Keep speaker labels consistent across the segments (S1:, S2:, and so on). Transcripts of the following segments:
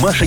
S1: Маша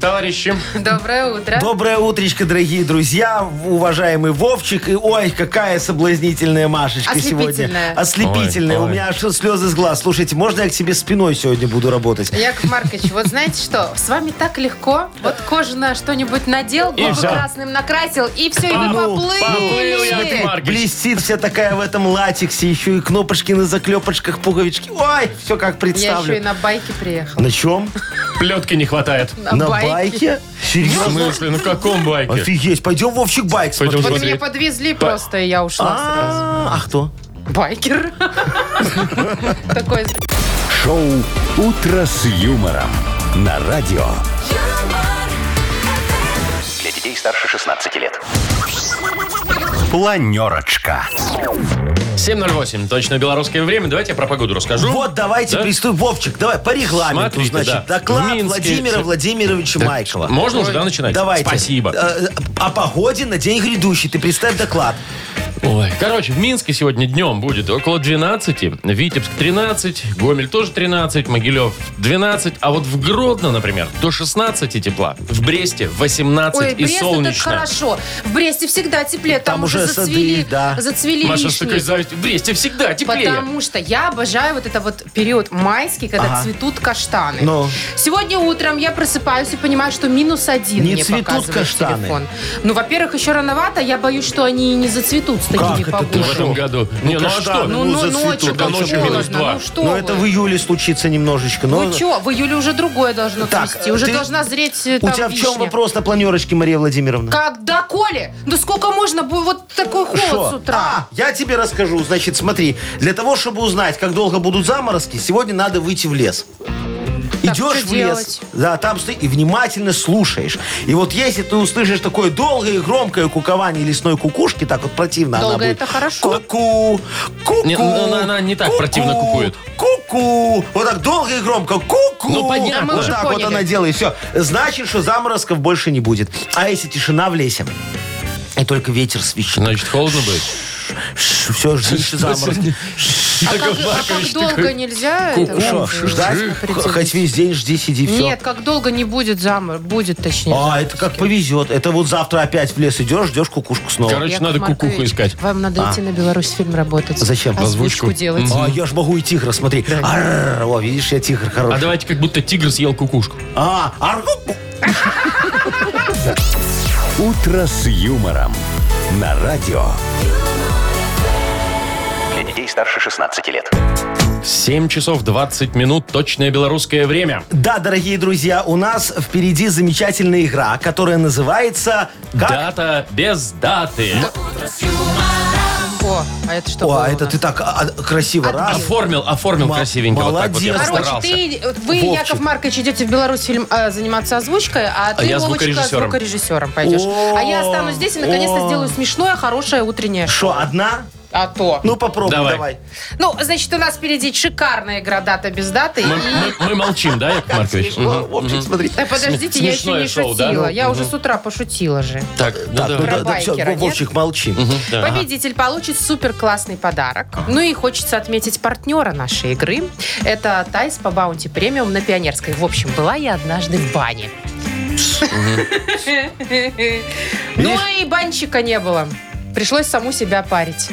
S2: товарищи.
S3: Доброе утро.
S4: Доброе утречко, дорогие друзья, уважаемый Вовчик. И ой, какая соблазнительная Машечка сегодня.
S3: Ослепительная.
S4: Ослепительная.
S2: Ой,
S4: У
S2: ой.
S4: меня аж слезы с глаз. Слушайте, можно я к тебе спиной сегодня буду работать?
S3: Яков Маркович, вот знаете что? С вами так легко. Вот кожаное что-нибудь надел, губы
S2: всё.
S3: красным накрасил, и все, и вы
S4: Ну,
S3: поплыли.
S2: поплыл я,
S4: Смотри,
S2: Маркич.
S4: блестит вся такая в этом латексе, еще и кнопочки на заклепочках, пуговички. Ой, все как
S3: Я еще и
S4: представлю.
S3: на байке приехал.
S4: На чем?
S2: Плетки не хватает.
S4: На байке?
S2: В
S4: Серьезно?
S2: смысле, на каком байке?
S4: Офигеть, пойдем Вовчик байк
S2: Пойдем
S4: смотреть.
S3: Вот
S2: Смотри.
S3: меня подвезли просто, и я ушла
S4: А, а кто?
S3: сразу. Байкер. Такой.
S1: Шоу «Утро с юмором» на радио. Для детей старше 16 лет. Планерочка.
S2: 7.08, точно белорусское время. Давайте я про погоду расскажу.
S4: Вот давайте
S2: Ну, Да?
S4: приступим. Вовчик, давай по регламенту,
S2: Смотрите,
S4: значит.
S2: да.
S4: Доклад
S2: В Минске
S4: Владимира
S2: все-
S4: Владимировича Майкова.
S2: Можно уже, да, начинать?
S4: Давайте.
S2: Спасибо.
S4: Э, О погоде на день грядущий. Ты представь доклад.
S2: Ой, короче, в Минске сегодня днем будет около 12, Витебск 13, Гомель тоже 13, Могилев 12, а вот в Гродно, например, до 16 тепла, в Бресте 18
S3: Ой,
S2: и
S3: Брест это
S2: солнечно.
S3: хорошо. В Бресте всегда теплее. Там,
S4: Там
S3: уже
S4: уже сады,
S3: зацвели,
S4: да.
S3: зацвели
S2: Маша с
S3: вишни.
S2: такой завистью. В Бресте всегда теплее.
S3: Потому что я обожаю вот это вот период майский, когда
S4: Ага.
S3: цветут каштаны.
S4: Ну.
S3: Сегодня утром я просыпаюсь и понимаю, что минус один
S4: Не
S3: мне
S4: цветут
S3: показывает
S4: каштаны.
S3: телефон. Ну, во-первых, еще рановато. Я боюсь, что они и не зацветут с
S4: Как
S3: такими
S4: это
S2: В
S4: ты?
S3: погодами.
S2: этом году.
S4: Ну,
S2: не, ну а
S4: каштан,
S2: что?
S3: Ну,
S4: Ну,
S3: ну,
S4: зацветут,
S3: ночью
S4: да,
S3: как
S2: ночью
S3: холодно.
S2: минус два.
S3: Ну, что
S4: Но
S3: вы.
S4: это в июле случится немножечко. Но...
S3: Ну, что, в июле уже другое должно
S4: Так,
S3: цвести. Уже
S4: ты-
S3: должна зреть э,
S4: У
S3: там
S4: тебя в чем
S3: вишня.
S4: вопрос на планерочке, Мария Владимировна?
S3: Когда, Коля? Да сколько можно будет вот такой холод
S4: Шо?
S3: с утра?
S4: А, я тебе расскажу. Значит, смотри. Для того, чтобы узнать, как долго будут заморозки, сегодня надо выйти в лес.
S3: Так,
S4: Идешь
S3: что
S4: в лес,
S3: делать?
S4: да, там стоишь и внимательно слушаешь. И вот если ты услышишь такое долгое и громкое кукование лесной кукушки, так вот противно она
S3: Долго
S4: будет.
S3: это хорошо.
S4: Ку-ку, ку-ку.
S2: Не, ну, она- она не так противно кукует.
S4: Ку-ку. Вот так долго и громко. Ку-ку.
S2: Ну, понятно. Да, мы
S4: Вот
S3: уже
S4: так вот
S3: поняли.
S4: она делает. Все. Значит, что заморозков больше не будет. А если тишина в лесе? И только ветер свищет.
S2: Значит, холодно будет.
S4: Все, ждишь заморозки.
S3: А как, а как долго нельзя это
S4: Шо,
S3: делать?
S4: ждать?
S3: Определить.
S4: Хоть весь день жди, сиди, все.
S3: Нет, как долго не будет замор, будет точнее.
S4: А, это как повезет. Это вот завтра опять в лес идешь, ждешь кукушку снова.
S2: Короче,
S3: Яков
S2: надо
S3: Маркович,
S2: кукуху искать.
S3: Вам надо идти на Беларусь фильм работать.
S4: А. Зачем?
S3: Озвучку,
S2: Озвучку.
S3: делать.
S4: А, я ж могу и тигра, смотри. Арррр. О, видишь, я тигр
S2: А
S4: хороший.
S2: давайте как будто тигр съел кукушку.
S4: А, аргу-
S1: «Утро с юмором» на радио. Для детей старше 16 лет.
S2: 7 часов 20 минут, точное белорусское время.
S4: Да, дорогие друзья, у нас впереди замечательная игра, которая называется... как?
S2: Дата без даты.
S3: О, а это что
S4: О,
S3: было
S4: а
S3: у
S4: это
S3: нас?
S4: ты так а, а, красиво раз.
S2: Оформил, оформил
S4: Мо-
S2: красивенько. Вот так вот
S4: молодец.
S2: я
S3: Короче,
S2: постарался.
S3: ты, вы,
S4: Вовчик.
S3: Яков Маркович, идете в Беларусь фильм э, заниматься озвучкой, а ты,
S2: я
S3: Вовочка,
S2: звукорежиссером.
S3: звукорежиссером пойдешь.
S4: О,
S3: а я останусь здесь и наконец-то
S4: о.
S3: сделаю смешное, хорошее утреннее.
S4: Что, одна?
S3: А то. Ну,
S4: Ну, попробуй,
S2: Давай.
S4: давай.
S3: значит, у нас впереди шикарная игра «Дата без даты».
S2: Мы,
S3: и-
S2: мы- мы молчим, да, Яков Маркович?
S4: О, Вовчик, смотри.
S3: Да подождите, я еще
S2: смешное
S3: не
S2: шоу, да?
S3: шутила. Я
S2: Ну,
S3: уже с утра пошутила же.
S2: Так, ну
S4: Так,
S2: да.
S4: ну да, да,
S3: байкера,
S4: всё,
S3: нет?
S4: Вовчик, молчи.
S2: Да, ага.
S3: Победитель получит супер классный подарок. Ну и хочется отметить партнера нашей игры. Это Тайс по Баунти Премиум на Пионерской. В общем, была я однажды в бане. Ну и банчика не было. Пришлось саму себя парить.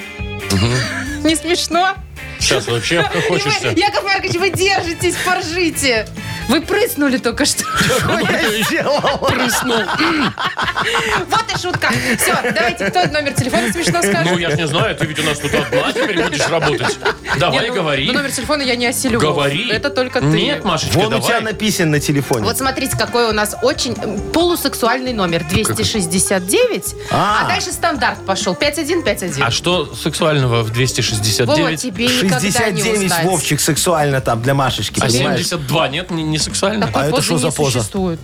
S3: Не смешно?
S2: Сейчас вообще хочется.
S3: И вы, Яков Маркович, вы держитесь, поржите. Вы прыснули только что.
S2: Прыснул.
S3: Вот и шутка. Все, давайте, кто номер телефона смешно скажет?
S2: Ну, я ж не знаю, ты ведь у нас тут одна теперь будешь работать.
S3: Не,
S2: Давай,
S3: ну,
S2: говори.
S3: ну, номер телефона я не осилю.
S2: Говори.
S3: Это только ты.
S2: Нет, Машечка,
S4: Вон у тебя
S2: давай.
S4: написан на телефоне.
S3: Вот смотрите, какой у нас очень м, полусексуальный номер 269, а,
S4: А.
S3: дальше стандарт пошел 5151.
S2: А что сексуального в
S3: Вова,
S2: 269?
S3: тебе никогда не
S4: 69
S3: узнать.
S4: Вовчик сексуально там для Машечки,
S2: А
S4: понимаешь?
S2: 72 нет, не, не сексуально.
S3: Такой
S4: А это
S3: позы
S4: что за
S3: не
S4: поза?
S3: существует.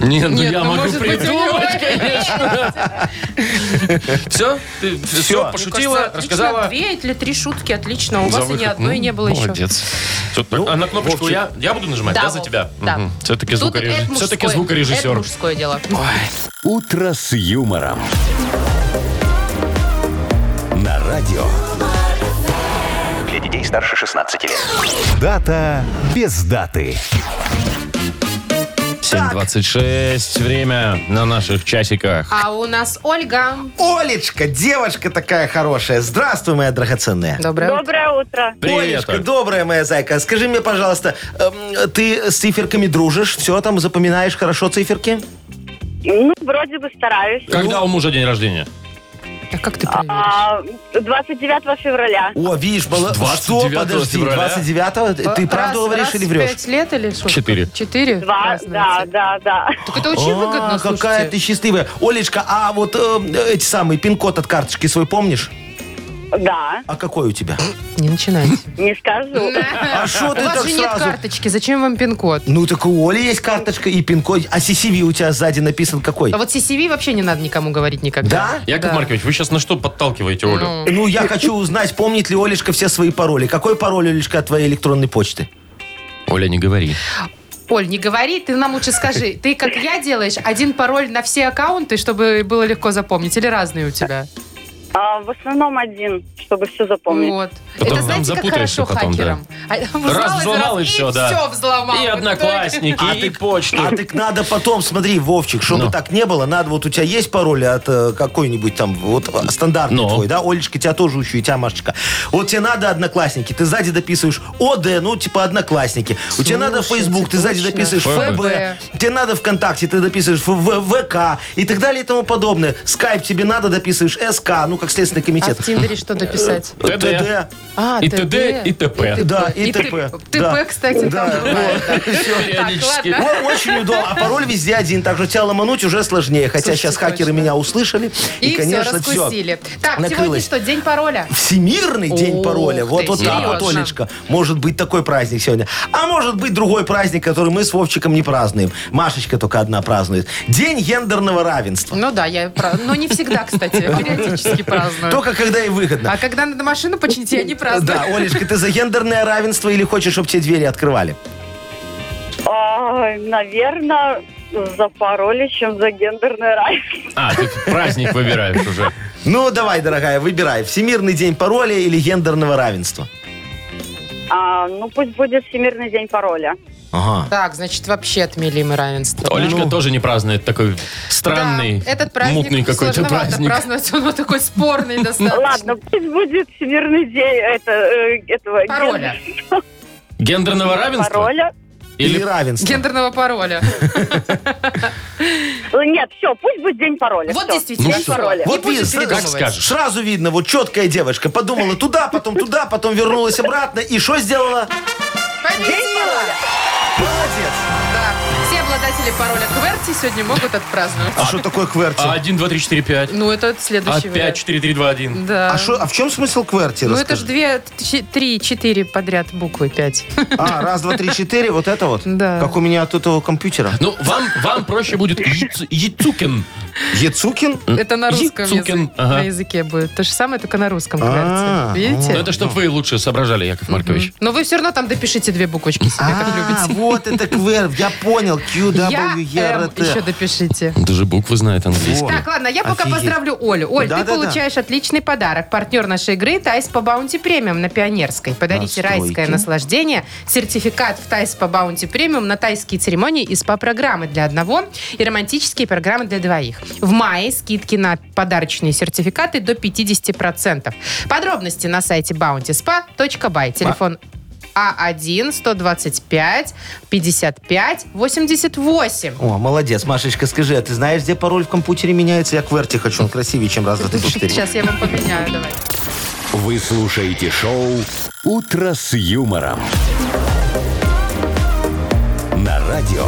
S2: Нет, ну
S3: Нет,
S2: я
S3: ну,
S2: могу
S3: может быть, у него-
S2: придумать, конечно. Все? Ты все
S4: Всё.
S2: пошутила, рассказала?
S3: Две или три шутки, отлично. У
S2: За
S3: вас и ни
S2: выход.
S3: одной
S2: Ну,
S3: не было еще.
S2: Молодец. Всё, так, а на кнопочку я, я буду нажимать, да,
S3: Да,
S2: за
S3: Вов,
S2: тебя?
S3: да.
S2: Все-таки,
S3: Тут это
S2: звукореж...
S3: мужское-
S2: Все-таки звукорежиссер.
S3: Это мужское дело.
S1: «Утро с юмором». На радио.
S5: Для детей старше 16 лет.
S1: Дата без даты.
S2: 7.26, время на наших часиках.
S3: А у нас Ольга.
S4: Олечка, девочка такая хорошая. Здравствуй, моя драгоценная.
S3: Доброе утро.
S6: Доброе утро.
S2: Привет.
S4: Олечка,
S2: Оль.
S4: добрая моя зайка, скажи мне, пожалуйста, эм, ты с циферками дружишь? Все там запоминаешь хорошо циферки?
S6: Ну, вроде бы стараюсь.
S2: Когда у мужа день рождения?
S3: А как ты проверишь?
S6: А, 29 февраля.
S4: О, видишь, было...
S2: 29
S4: Что, подожди,
S2: февраля?
S4: 29
S3: Э,
S4: Ты правду говоришь или врешь?
S3: пять лет или сколько?
S2: Четыре.
S3: Четыре?
S6: Два,
S3: Разница.
S6: да, да, да.
S3: Так это очень выгодно,
S4: А, какая ты
S3: слушайте.
S4: счастливая. Олечка, а вот э, эти самые, пин-код от карточки свой помнишь?
S6: Да,
S4: А какой у тебя?
S3: Не начинайте.
S6: не скажу.
S4: А что
S3: Э, У
S4: ты так
S3: вас же нет
S4: сразу?
S3: карточки, зачем вам пин-код?
S4: Ну так у Оли есть карточка и пин-код. А CCV у тебя сзади написан какой?
S3: А вот CCV вообще не надо никому говорить никогда.
S4: Да?
S2: Яков
S3: Да.
S2: Маркович, вы сейчас на что подталкиваете Олю?
S4: Ну, я хочу узнать, помнит ли Олечка все свои пароли. Какой пароль, Олечка, от твоей электронной почты?
S2: Оля, не говори.
S3: Оль, не говори, ты нам лучше скажи. Ты, как я, делаешь один пароль на все аккаунты, чтобы было легко запомнить, или разные у тебя?
S6: А, в основном один, чтобы все запомнить.
S3: Вот.
S2: Потом
S3: Это
S2: там
S3: знаете, как
S2: запутаешься
S3: хорошо
S2: потом,
S3: хакерам. А,
S2: Раз взломал, и всё, да.
S3: все взломал.
S2: И
S3: Вот
S2: одноклассники, и почту.
S4: А так надо потом, смотри, Вовчик, чтобы
S2: Ну.
S4: так не было, надо вот у тебя есть пароль от э, какой-нибудь там, вот э, стандартный
S2: Ну.
S4: твой, да, Олечка, тебя тоже учу, и тебя, Машечка. Вот тебе надо одноклассники, ты сзади дописываешь ОД, ну, типа одноклассники. у тебя надо
S3: Слушайте,
S4: Facebook, ты сзади
S3: точно.
S4: дописываешь
S2: ФБ.
S4: ФБ. Тебе надо ВКонтакте, ты дописываешь ФВ, ВК и так далее и тому подобное. Скайп тебе надо, дописываешь СК, ну, как Следственный
S3: А
S4: комитет.
S3: в Тиндере что дописать?
S2: ТД.
S4: ТД.
S3: А,
S2: И ТД, и ТП.
S4: Да, и ТП. Да.
S3: ТП, кстати, там
S4: Да,
S3: бывает. да.
S2: Периодически.
S3: Так,
S4: О, Очень удобно. А пароль везде один, так что тебя ломануть уже сложнее. Хотя
S3: Слушайте,
S4: сейчас хакеры
S3: точно.
S4: меня услышали. И,
S3: И,
S4: конечно,
S3: все,
S4: все.
S3: раскусили. Так, сегодня
S4: Накрылось.
S3: что, день пароля?
S4: Всемирный день
S3: Ух
S4: пароля.
S3: ты,
S4: Вот, вот так вот,
S3: серьезно?
S4: Олечка. Может быть такой праздник сегодня. А может быть другой праздник, который мы с Вовчиком не празднуем. Машечка только одна празднует. День гендерного равенства.
S3: Ну да, я... пра- Но не всегда, кстати, периодически праздную.
S4: Только когда и выгодно.
S3: А когда надо машину починить, я не праздную.
S4: Да, Олечка, ты за гендерное равенство или хочешь, чтобы тебе двери открывали?
S6: наверное, за пароли, чем за гендерное равенство.
S2: А, ты праздник выбираешь уже.
S4: Ну, давай, дорогая, выбирай. Всемирный день пароля или гендерного равенства?
S6: А, ну, пусть будет Всемирный день пароля.
S4: Ага.
S3: Так, значит, вообще отмели мы равенство.
S2: Олечка тоже не празднует такой странный,
S3: Ну. Да, этот праздник
S2: мутный какой-то
S3: сложновато
S2: праздник.
S3: праздновать, он вот такой спорный достаточно.
S6: Ладно, пусть будет Всемирный день это, э, этого...
S3: Пароля.
S2: Гендерного равенства?
S6: Пароля.
S4: Или,
S2: Или
S4: равенство?
S3: Гендерного пароля.
S2: Ну
S6: Э, Нет, все, пусть будет день пароля.
S3: Вот
S6: всё.
S3: действительно,
S6: День
S3: всё.
S6: пароля.
S3: Вот
S4: видишь,
S3: будем
S2: как
S3: придумывать.
S2: скажешь.
S4: Сразу видно, вот четкая девочка подумала туда, потом туда, потом вернулась обратно. И что сделала?
S3: Победила!
S4: Молодец!
S3: Да. Все обладатели пароля QWERTY сегодня могут отпраздновать.
S4: А что такое кверти?
S2: А, 1, 2, 3, 4, 5.
S3: Ну, это следующий
S2: Опять
S3: вариант.
S2: 4, 3, 2, 1.
S3: Да.
S4: А, шо- а в чем смысл кверти?
S3: Ну, это
S4: расскажи?
S3: же две, ч- три, четыре подряд буквы, пять.
S4: А, раз, два, три, четыре, вот это вот?
S3: Да.
S4: Как у меня от этого компьютера.
S2: Ну, вам, вам проще будет Яц- Яцукин.
S4: Яцукин?
S3: Это на русском
S2: Яцукин,
S3: языке,
S2: ага.
S3: на языке будет. То же самое, только на русском
S4: А,
S3: QWERTY. Видите?
S2: Ну, это чтобы вы лучше соображали, Яков Маркович.
S3: Но вы все равно там допишите две буквочки себе, как
S4: А,
S3: любите.
S4: вот это квер, я понял, Q,
S3: Я э,
S4: W, E, R,
S3: М еще
S4: T.
S3: допишите.
S2: Даже буквы знает английский.
S4: Во.
S3: Так, ладно, я пока
S4: Офигеть.
S3: поздравлю Олю. Оль, ты
S4: Да-да-да.
S3: получаешь отличный подарок. Партнер нашей игры Тайс по Баунти Премиум на Пионерской. Подарите
S4: Настройки.
S3: райское наслаждение. Сертификат в Тайс по Баунти Премиум на тайские церемонии и СПА-программы для одного и романтические программы для двоих. В мае скидки на подарочные сертификаты до 50%. Подробности на сайте bountyspa.by. Телефон А А1 125 55 88.
S4: О, молодец, Машечка, скажи, а ты знаешь, где пароль в компьютере меняется? Я кверти хочу, он красивее, чем раз, два, три, четыре.
S3: Сейчас я вам поменяю, давай.
S1: Вы слушаете шоу «Утро с юмором». На радио.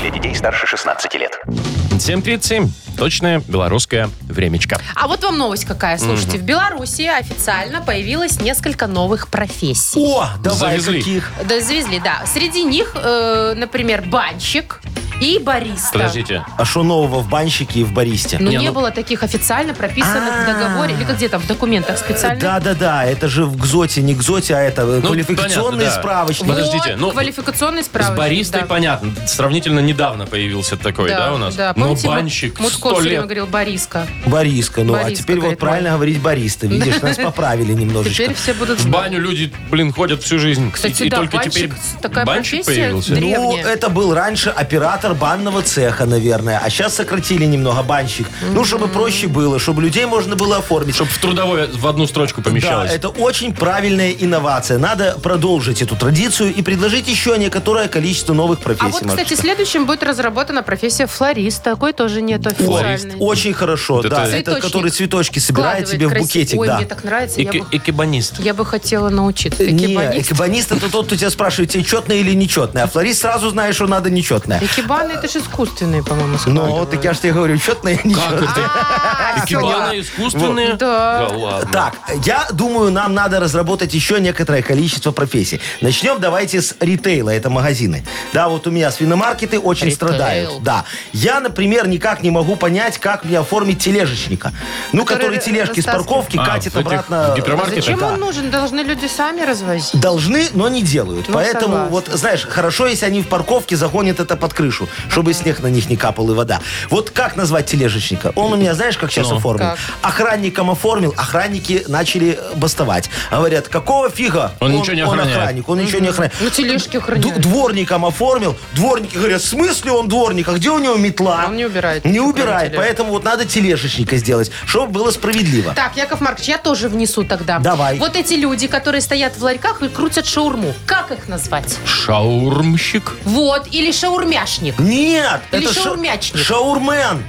S5: Для детей старше 16 лет.
S2: 7.37. Точное белорусское времечко.
S3: А вот вам новость какая. Слушайте, в Беларуси официально появилось несколько новых профессий.
S4: О, давай,
S2: Завезли.
S4: каких.
S3: Да, завезли, да. Среди них, э, например, банщик, и бариста.
S2: Подождите.
S4: А что нового в банщике и в баристе?
S3: Ну,
S2: Не,
S3: не,
S2: ну-
S3: было таких официально прописанных в
S4: А.
S3: договоре или где там, в документах специально.
S4: Да, да, да, это же в ГЗОТе, не ГЗОТе, а это э,
S2: Ну,
S4: квалификационный
S2: понятно, да.
S4: справочник.
S2: Вот. подождите, ну,
S3: квалификационный
S2: С
S3: справочник.
S2: баристой
S3: да.
S2: понятно. Сравнительно недавно появился такой, да, у нас?
S3: Да,
S2: Но
S3: помните,
S2: банщик
S3: Мутко
S2: сто
S3: все время
S2: лет.
S3: говорил Бориска.
S4: Бориска, ну а
S3: Бориска,
S4: теперь вот
S3: говорит,
S4: правильно
S3: мой.
S4: говорить бариста, видишь, нас поправили немножечко.
S3: Теперь все будут
S2: В баню люди, блин, ходят всю жизнь.
S3: Кстати,
S2: и, и
S3: да,
S2: только
S3: банщик
S2: теперь
S3: с- такая
S2: банщик
S3: профессия
S2: появился.
S3: древняя.
S4: Ну, это был раньше оператор банного цеха, наверное. А сейчас сократили немного банщик. Ну, чтобы проще было, чтобы людей можно было оформить.
S2: Чтобы в трудовой в одну строчку
S4: Да,
S2: помещалось.
S4: это очень правильная инновация. Надо продолжить эту традицию и предложить еще некоторое количество новых профессий.
S3: А вот,
S4: Машечка.
S3: кстати, следующим будет разработана профессия флориста. Такой тоже нет
S2: Флорист.
S3: официальной.
S4: Очень хорошо,
S2: Вот
S4: да.
S2: это-
S4: Это
S3: Цветочник.
S4: который цветочки собирает
S3: Складывает
S4: тебе в
S3: красиво.
S4: букетик,
S3: Ой,
S4: да.
S3: мне так нравится. Я
S2: Эки-
S3: бы,
S2: экибанист.
S3: я бы хотела научиться.
S4: Не,
S3: Экибанист.
S4: экибанист это тот, кто тебя спрашивает, тебе четное или нечетное. А флорист сразу знаешь, что надо нечетное.
S3: Экибаны это же искусственные, по-моему,
S4: Ну, так я же тебе говорю, четное, нечетное.
S3: складывают.
S2: Экибаны искусственные?
S3: Да.
S2: ладно.
S4: Так, я думаю, нам надо разработать еще некоторое количество профессий. Начнем давайте с ритейла, это магазины. Да, вот у меня свиномаркеты очень
S3: Ритейл.
S4: страдают. Да. Я, например, никак не могу понять, как мне оформить тележечника. Ну,
S3: Который
S4: который, тележки с
S3: растаскивает.
S4: парковки
S2: А,
S4: катит
S2: в этих
S4: обратно.
S2: гипермаркетах?
S3: Зачем
S4: Да.
S3: он нужен? Должны люди сами развозить.
S4: Должны, но не делают.
S3: Ну,
S4: Поэтому,
S3: согласна.
S4: вот, знаешь, хорошо, если они в парковке загонят это под крышу, чтобы снег на них не капал и вода. Вот как назвать тележечника? Он у меня, знаешь, как сейчас
S2: Ну.
S4: оформлен?
S3: Как?
S4: Охранником оформил, охранники начали э, бастовать. Говорят, какого фига?
S2: Он ничего не охраняет.
S4: охранник, он ничего не охраняет.
S3: Ну, тележки охраняют.
S4: Ду- Дворником оформил. Дворники говорят, в смысле он дворник? А где у него метла?
S3: Он не убирает
S4: Не
S3: ничего, кроме
S4: убирает.
S3: тележек.
S4: Поэтому вот надо тележечника сделать, чтобы было справедливо.
S3: Так, Яков Маркович, я тоже внесу тогда.
S4: Давай.
S3: Вот эти люди, которые стоят в ларьках и крутят шаурму. Как их назвать?
S2: Шаурмщик.
S3: Вот, или шаурмяшник.
S4: Нет,
S3: Или
S4: это ша-
S3: шаурмячник.
S4: шаурмен.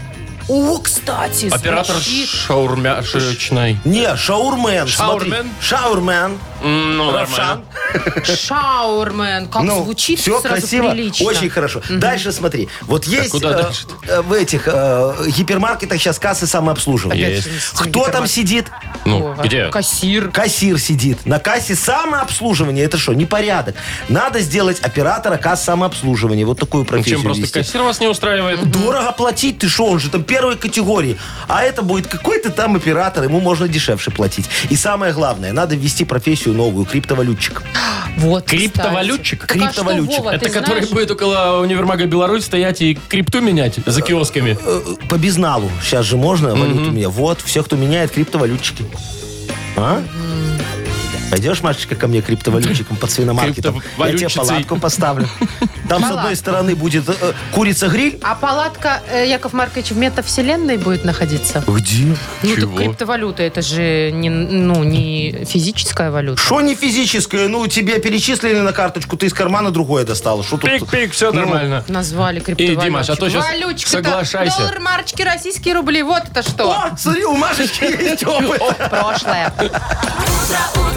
S3: О, кстати,
S2: Оператор
S3: звучит.
S2: шаурмяшечной.
S4: Не, шаурмен.
S2: Шаурмен?
S4: смотри. Шаурмен.
S2: М, Ну,
S4: Равшан.
S2: нормально.
S3: Шаурмен. Как
S4: Ну,
S3: звучит
S4: все
S3: сразу
S4: красиво,
S3: прилично.
S4: очень хорошо. Дальше смотри, вот есть
S2: куда
S4: э,
S2: дальше-то?
S4: э, в этих э, гипермаркетах сейчас кассы самообслуживания.
S2: Есть.
S4: Кто там сидит?
S2: Ну,
S3: Вова.
S2: где?
S3: Кассир.
S4: Кассир сидит. На кассе самообслуживание. Это что, непорядок? Надо сделать оператора касс самообслуживания. Вот такую профессию
S2: Ну, Чем просто
S4: ввести.
S2: кассир вас не устраивает?
S4: Дорого платить, ты что, он же там первой категории. А это будет какой-то там оператор, ему можно дешевше платить. И самое главное, надо ввести профессию новую, криптовалютчик. Э,
S3: Вот,
S2: Криптовалютчик?
S3: кстати. Так а что,
S4: Криптовалютчик.
S3: Вова,
S2: Это
S3: ты
S2: который
S3: знаешь?
S2: будет около универмага Беларусь стоять и крипту менять за киосками.
S4: Э, по безналу. Сейчас же можно валюту меня. Вот, все, кто меняет, криптовалютчики. А? Пойдешь, Машечка, ко мне криптовалютчиком под свиномаркетом? Я тебе
S2: Криптовалютчицей.
S4: палатку поставлю. Там с
S3: Палатку.
S4: одной стороны будет э, э, курица-гриль.
S3: А палатка, э, Яков Маркович, в метавселенной будет находиться?
S4: Где?
S3: Ну, так
S2: Чего?
S3: криптовалюта, это же не, ну, не физическая валюта.
S4: Что не физическое? Ну, тебе перечислили на карточку, ты из кармана другое достал. Что тут?
S2: Пик-пик, все
S4: Ну,
S2: нормально.
S3: Назвали криптовалютчик.
S2: Димаш, а то щас
S3: Валючка-то,
S2: соглашайся.
S3: доллар, марочки, российские рубли, вот это что.
S4: О, смотри, у Машечки есть опыт.
S3: Прошлое.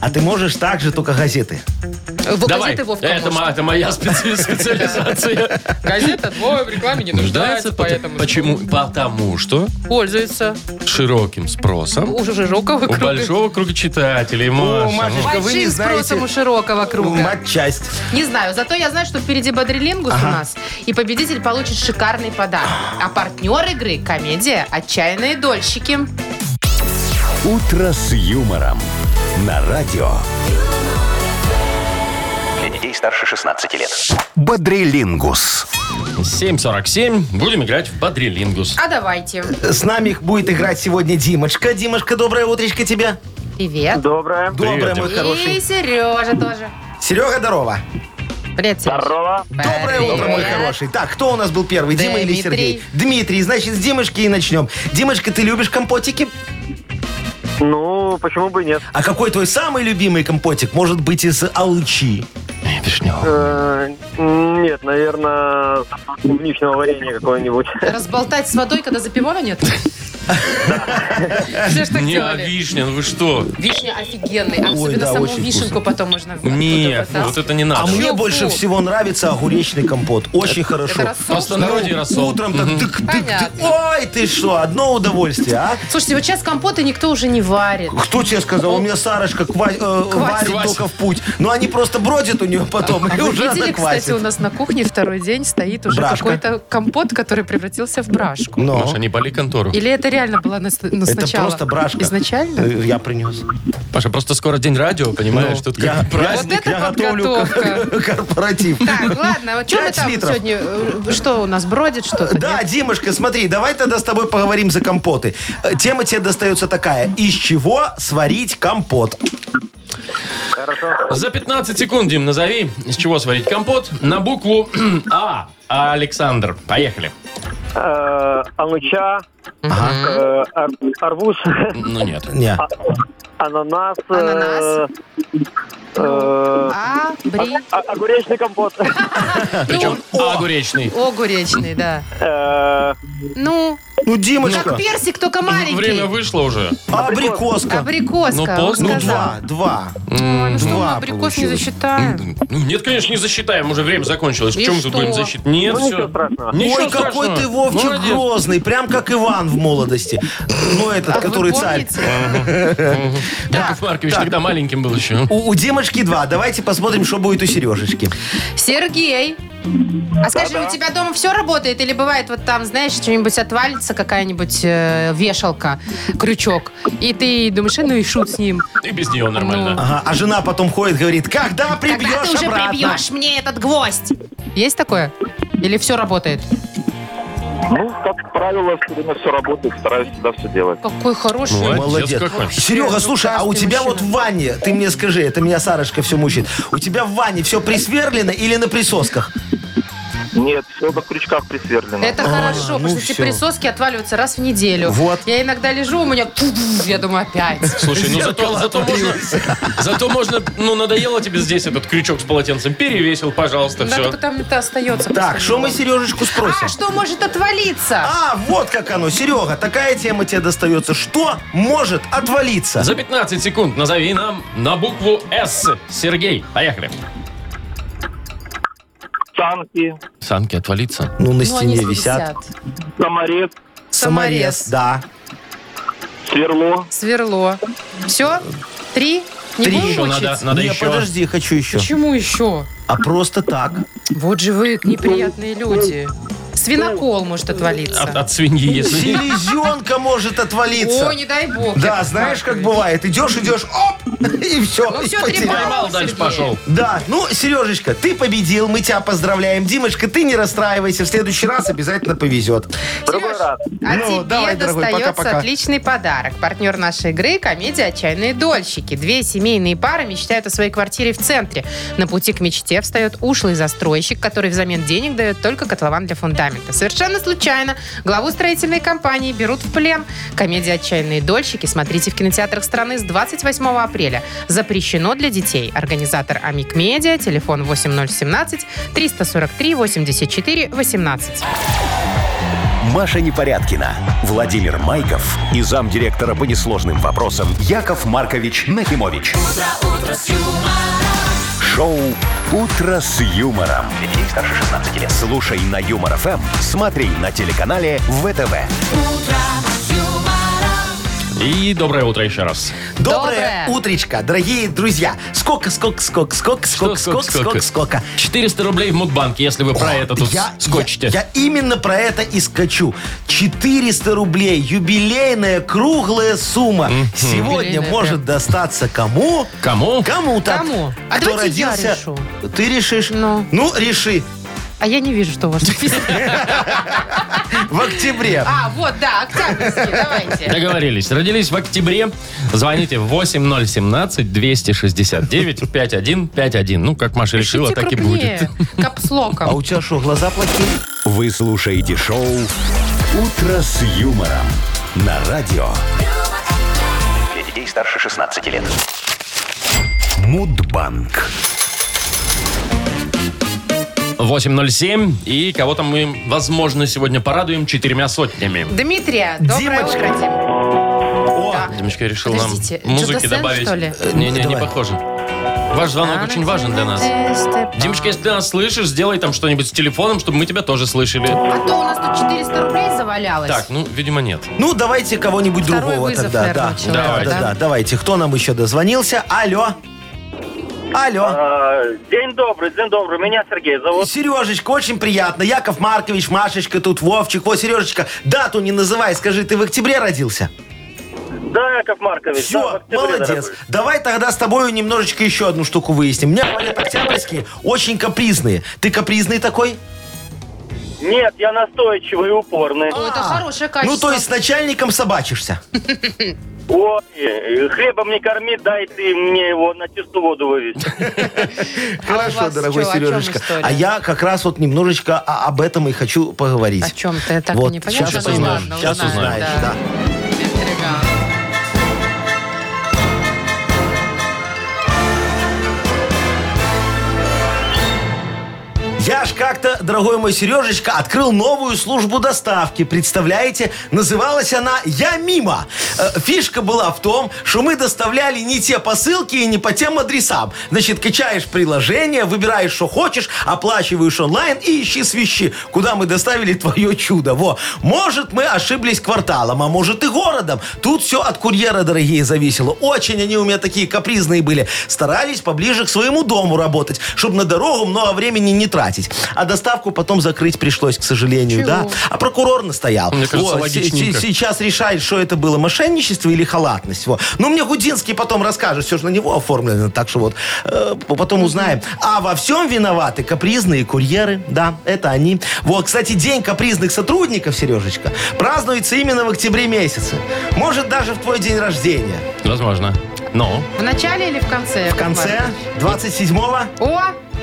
S4: А ты можешь так же, только газеты.
S3: В
S2: Давай,
S3: газеты Вовка
S2: это,
S3: может.
S2: мо- это моя специ- специализация.
S7: Газета двое в рекламе не нуждается,
S2: Нуждается,
S7: поэтому...
S2: почему? Потому что
S7: Пользуется.
S2: широким спросом
S7: Уже широкого
S2: у большого круга читателей, Маша. ну.
S4: Машечка. Вы не
S3: Большим А спросом
S4: знаете.
S3: у широкого круга.
S4: Ну, Матчасть.
S3: Не знаю, зато я знаю, что впереди бодрилингус у нас. И победитель получит шикарный подарок. А партнер игры – комедия «Отчаянные дольщики».
S1: «Утро с юмором» на радио
S5: Для детей старше 16 лет.
S1: «Бодрилингус».
S2: 7.47. Будем играть в Бодрилингус.
S3: А давайте.
S4: С нами их будет играть сегодня Димочка. Димочка, доброе утречко тебе.
S3: Привет.
S6: Доброе.
S4: Доброе,
S2: Привет,
S4: мой
S2: Дим.
S3: И
S4: хороший.
S3: Сережа тоже.
S4: Серега, здорово.
S3: Привет, Сережа.
S6: Здорово.
S4: Доброе утро, мой хороший. Так, кто у нас был первый, Дима или
S3: Дмитрий.
S4: Сергей? Дмитрий. Значит, с Димочки и начнем. Димочка, ты любишь компотики?
S6: Ну, почему бы и нет?
S4: А какой твой самый любимый компотик? Может быть, из алычи?
S6: Э, Нет, наверное, клубничного варенья какое-нибудь.
S3: Разболтать с водой, когда запивона нет? Все ж так
S2: Не, а
S3: делали.
S2: вишня, ну вы что?
S3: Вишня офигенная. Особенно
S4: да,
S3: саму
S4: очень
S3: вишенку
S4: вкусно.
S3: потом можно в-
S2: Нет,
S3: оттуда
S2: ну вот
S3: потаскать.
S2: это не
S4: А
S2: надо.
S4: мне
S3: Чё,
S4: больше
S3: фу.
S4: всего нравится огуречный компот. Очень хорошо.
S3: Это рассол.
S2: Просто на народе рассол.
S4: Утром так
S2: Мгм.
S4: тык-тык-тык.
S3: Понятно.
S4: Ой, ты что, одно удовольствие, а?
S3: Слушайте, вот сейчас компоты никто уже не варит.
S4: Кто тебе сказал? У меня Сарочка ква- э, варит
S2: Квасит.
S4: только в путь. Но они просто бродят у нее потом, и
S3: А Вы
S4: уже
S3: видели,
S4: она
S3: кстати, у
S4: квасит.
S3: нас на кухне второй день стоит уже
S4: Брашка.
S3: какой-то компот, который превратился в брашку.
S4: Но
S2: Маша, не пали контору.
S3: Или это реально было на, ну,
S4: это
S3: сначала?
S4: просто брашка.
S3: Изначально?
S4: Э, Я принес.
S2: Паша, просто скоро день радио, понимаешь? Тут как
S4: Ну, Я,
S2: праздник.
S3: Вот это
S4: я готовлю
S3: подготовка.
S4: корпоратив.
S3: Так, ладно, вот что мы
S4: Пять
S3: там
S4: литров.
S3: сегодня, э, что у нас, бродит что-то?
S4: Да,
S3: нет?
S4: Димушка, смотри, давай тогда с тобой поговорим за компоты. Э, Тема тебе достается такая. Из чего сварить компот?
S2: За 15 секунд, Дим, назови, из чего сварить компот на букву А. Александр, поехали.
S6: Э,
S8: Ануча, арбуз,
S2: Ну нет.
S4: Не.
S8: ананас,
S6: э,
S3: Ананас. А, бри,
S8: огуречный компот,
S2: Причем огуречный.
S3: Ну, огуречный, да.
S6: Э,
S3: Ну,
S4: Ну,
S3: как
S4: Димочка,
S3: персик, только
S2: Время
S3: маленький. А
S2: вышло уже.
S4: абрикоска.
S2: Ну,
S3: Абрикоска, он
S2: поздно.
S4: Ну,
S3: сказал.
S4: Ну, два, два.
S3: Ой, ну что, мы
S4: Два
S3: абрикос не
S4: получилось.
S3: засчитаем.
S2: Ну, нет, конечно, не засчитаем, уже время закончилось.
S3: И
S2: Чем мы тут
S3: что?
S2: будем засчитать?
S6: ну,
S2: Нет, все.
S8: Ну, ничего
S2: Ну,
S8: страшного.
S4: Ой, какой ты, Вовчик, грозный. Прям как Иван в молодости. Ну, этот,
S3: А
S4: который
S3: вы
S4: царь.
S3: помните?
S2: Яков Маркович тогда маленьким был еще.
S4: У, у Димочки два. Давайте посмотрим, что будет у Сережечки.
S3: Сергей, а скажи, у тебя дома все работает? Или бывает вот там, знаешь, что-нибудь отвалится, какая-нибудь э, вешалка, крючок, и ты думаешь, «Э, ну и шут с ним.
S2: И без нее нормально.
S4: Ага, а жена потом ходит, говорит, когда прибьешь
S3: Когда ты уже
S4: обратно?
S3: прибьешь мне этот гвоздь? Есть такое? Или все работает?
S9: Ну, как правило, все время все работает, стараюсь всегда все делать.
S3: Какой хороший.
S2: Ну, а-
S4: Молодец.
S2: Молодец какой.
S4: Серега, слушай, а у
S3: Прекрасный
S4: тебя вот
S3: мужчина.
S4: в ванне, ты мне скажи, это меня Сарочка все мучит, у тебя в ванне все присверлено или на присосках?
S9: Нет, все на крючках присверлено.
S3: Это хорошо,
S4: ну
S3: потому что эти
S4: всё.
S3: присоски отваливаются раз в неделю.
S4: Вот.
S3: Я иногда лежу, у меня... Я думаю, опять.
S2: Слушай, ну зато, зато можно, зато можно, ну надоело тебе здесь этот крючок с полотенцем, перевесил, пожалуйста,
S3: Надо
S2: все.
S3: потом это остается.
S4: Так, что мы Сережечку
S3: А,
S4: спросим?
S3: что может отвалиться?
S4: А, вот как оно, Серега, такая тема тебе достается. Что может отвалиться?
S2: За 15 секунд назови нам на букву С. Сергей, поехали.
S9: Танки,
S2: Санки отвалиться.
S4: Ну, на
S3: Ну, они
S4: стене висят.
S9: саморез,
S3: Саморез.
S4: Да.
S9: сверло.
S3: Сверло. Все? Три? Не
S4: Три.
S3: будем
S2: Еще
S3: мучить?
S2: надо, надо
S4: Не,
S2: еще.
S4: подожди, хочу еще.
S3: Почему еще?
S4: А просто так.
S3: Вот же вы неприятные люди. Свинокол может отвалиться.
S2: От, от свиньи, если...
S4: Селезенка может отвалиться.
S3: О, не дай бог.
S4: Да,
S3: Яков
S4: знаешь, как
S3: Маркович.
S4: бывает, идешь, идешь, оп, и все,
S3: Ну
S4: и
S3: всё, три
S4: потерял.
S3: балла.
S2: Поймал, дальше
S3: Сергей.
S2: пошел.
S4: Да, ну, Сережечка, ты победил, мы тебя поздравляем. Димочка, ты не расстраивайся, в следующий раз обязательно повезет.
S3: Сереж, а
S4: Ну,
S3: тебе
S4: давай, дорогой,
S3: достается
S4: пока-пока.
S3: отличный подарок. Партнер нашей игры – комедия «Отчаянные дольщики». Две семейные пары мечтают о своей квартире в центре. На пути к мечте встает ушлый застройщик, который взамен денег дает только котлован для фундамента. Совершенно случайно главу строительной компании берут в плен. Комедия «Отчаянные дольщики» смотрите в кинотеатрах страны с 28 апреля. Запрещено для детей. Организатор Амик Медиа, телефон 8017 343 84 18.
S1: Маша Непорядкина, Владимир Майков и замдиректора по несложным вопросам Яков Маркович Нахимович. Шоу Утро с юмором. Для детей старше 16 лет. Слушай на юмор ФМ, смотри на телеканале ВТВ.
S2: И доброе утро еще раз.
S3: Доброе.
S4: Доброе утречко, дорогие друзья. Сколько, сколько, сколько, сколько, сколько, сколько, сколько, сколько.
S2: 400 рублей в Мудбанке, если вы про это тут
S4: я,
S2: скотчите.
S4: я- я именно про это и скачу. 400 рублей, юбилейная круглая сумма. Сегодня
S3: Юбилейная,
S4: может достаться кому?
S2: Кому?
S4: Кому-то.
S3: Кому? А
S4: Кто
S3: давайте я
S4: родился?
S3: решу.
S4: Ты решишь?
S3: Ну.
S4: Ну, реши.
S3: А я не вижу, что у вас написано.
S4: В октябре.
S3: А, вот, да, октябрьский, давайте.
S2: Договорились. Родились в октябре. Звоните 8017-269-5151. Ну, как Маша решила,
S3: Пишите
S2: так и будет.
S3: крупнее, Капслоком.
S4: А у тебя что, глаза плохие?
S1: Вы слушаете шоу Утро с юмором на радио
S5: Для детей старше 16 лет.
S1: Мудбанк.
S2: 8.07. И кого-то мы, возможно, сегодня порадуем четырьмя сотнями.
S3: Дмитрия, доброе
S4: Димочка.
S3: утро, Дим.
S4: О,
S3: Да.
S2: Димочка решил
S3: Подождите,
S2: нам музыки
S3: Джудасен,
S2: добавить.
S3: что ли? А,
S2: Не-не, не
S4: Давай.
S2: похоже. Ваш звонок очень важен для нас. Димочка, если ты нас слышишь, сделай там что-нибудь с телефоном, чтобы мы тебя тоже слышали.
S3: А то у нас тут 400 рублей завалялось.
S2: Так, ну, видимо, нет.
S4: Ну, давайте кого-нибудь
S3: Второй
S4: другого
S3: вызов,
S4: тогда.
S3: наверное,
S4: да.
S3: человека,
S4: да,
S3: да?
S4: да, да. Давайте. Кто нам еще дозвонился? Алло. Алло.
S8: День добрый, день добрый. Меня Сергей зовут.
S4: Сережечка, очень приятно. Яков Маркович, Машечка, тут Вовчик. О, Сережечка, дату не называй. Скажи, ты в октябре родился?
S8: Да, Яков Маркович. да, в
S4: Все,
S8: октябре,
S4: молодец.
S8: дорогой.
S4: Давай тогда с тобой немножечко еще одну штуку выясним. У меня говорят октябрьские очень капризные. Ты капризный такой?
S8: Нет, я настойчивый и упорный.
S3: О, это хорошее качество.
S4: Ну, то есть с начальником собачишься.
S8: Ой, э, хлебом не корми, дай ты мне его на чистую воду вывести.
S3: А у вас чё, о чем
S4: Сережечка.
S3: история?
S4: А я как раз вот немножечко о- об этом и хочу поговорить.
S3: О чем ты? Так
S4: вот,
S3: и не понятно.
S4: Сейчас
S2: Ну,
S4: узнаешь,
S2: ладно,
S4: сейчас
S2: узнаем,
S4: узнаешь, да.
S3: Интрига.
S4: Я ж как-то, дорогой мой Сережечка, открыл новую службу доставки. Представляете? Называлась она «Я мимо». Э, Фишка была в том, что мы доставляли не те посылки и не по тем адресам. Значит, качаешь приложение, выбираешь, что хочешь, оплачиваешь онлайн и ищи свищи, куда мы доставили твое чудо. Во. Может, мы ошиблись кварталом, а может и городом. Тут все от курьера, дорогие, зависело. Очень они у меня такие капризные были. Старались поближе к своему дому работать, чтобы на дорогу много времени не тратить. А доставку потом закрыть пришлось, к сожалению, да? А прокурор настоял.
S2: Мне кажется,
S4: Вот, се-
S2: логичненько.
S4: се- сейчас решает, что это было мошенничество или халатность. Вот. Ну, мне Гудинский потом расскажет, все же на него оформлено, так что вот э, п- потом узнаем. А во всем виноваты капризные курьеры, да, это они. Вот, кстати, день капризных сотрудников, Сережечка, празднуется именно в октябре месяце. Может, даже в твой день рождения.
S2: Возможно. Но.
S3: В начале или в конце?
S4: В конце 27-го
S3: О,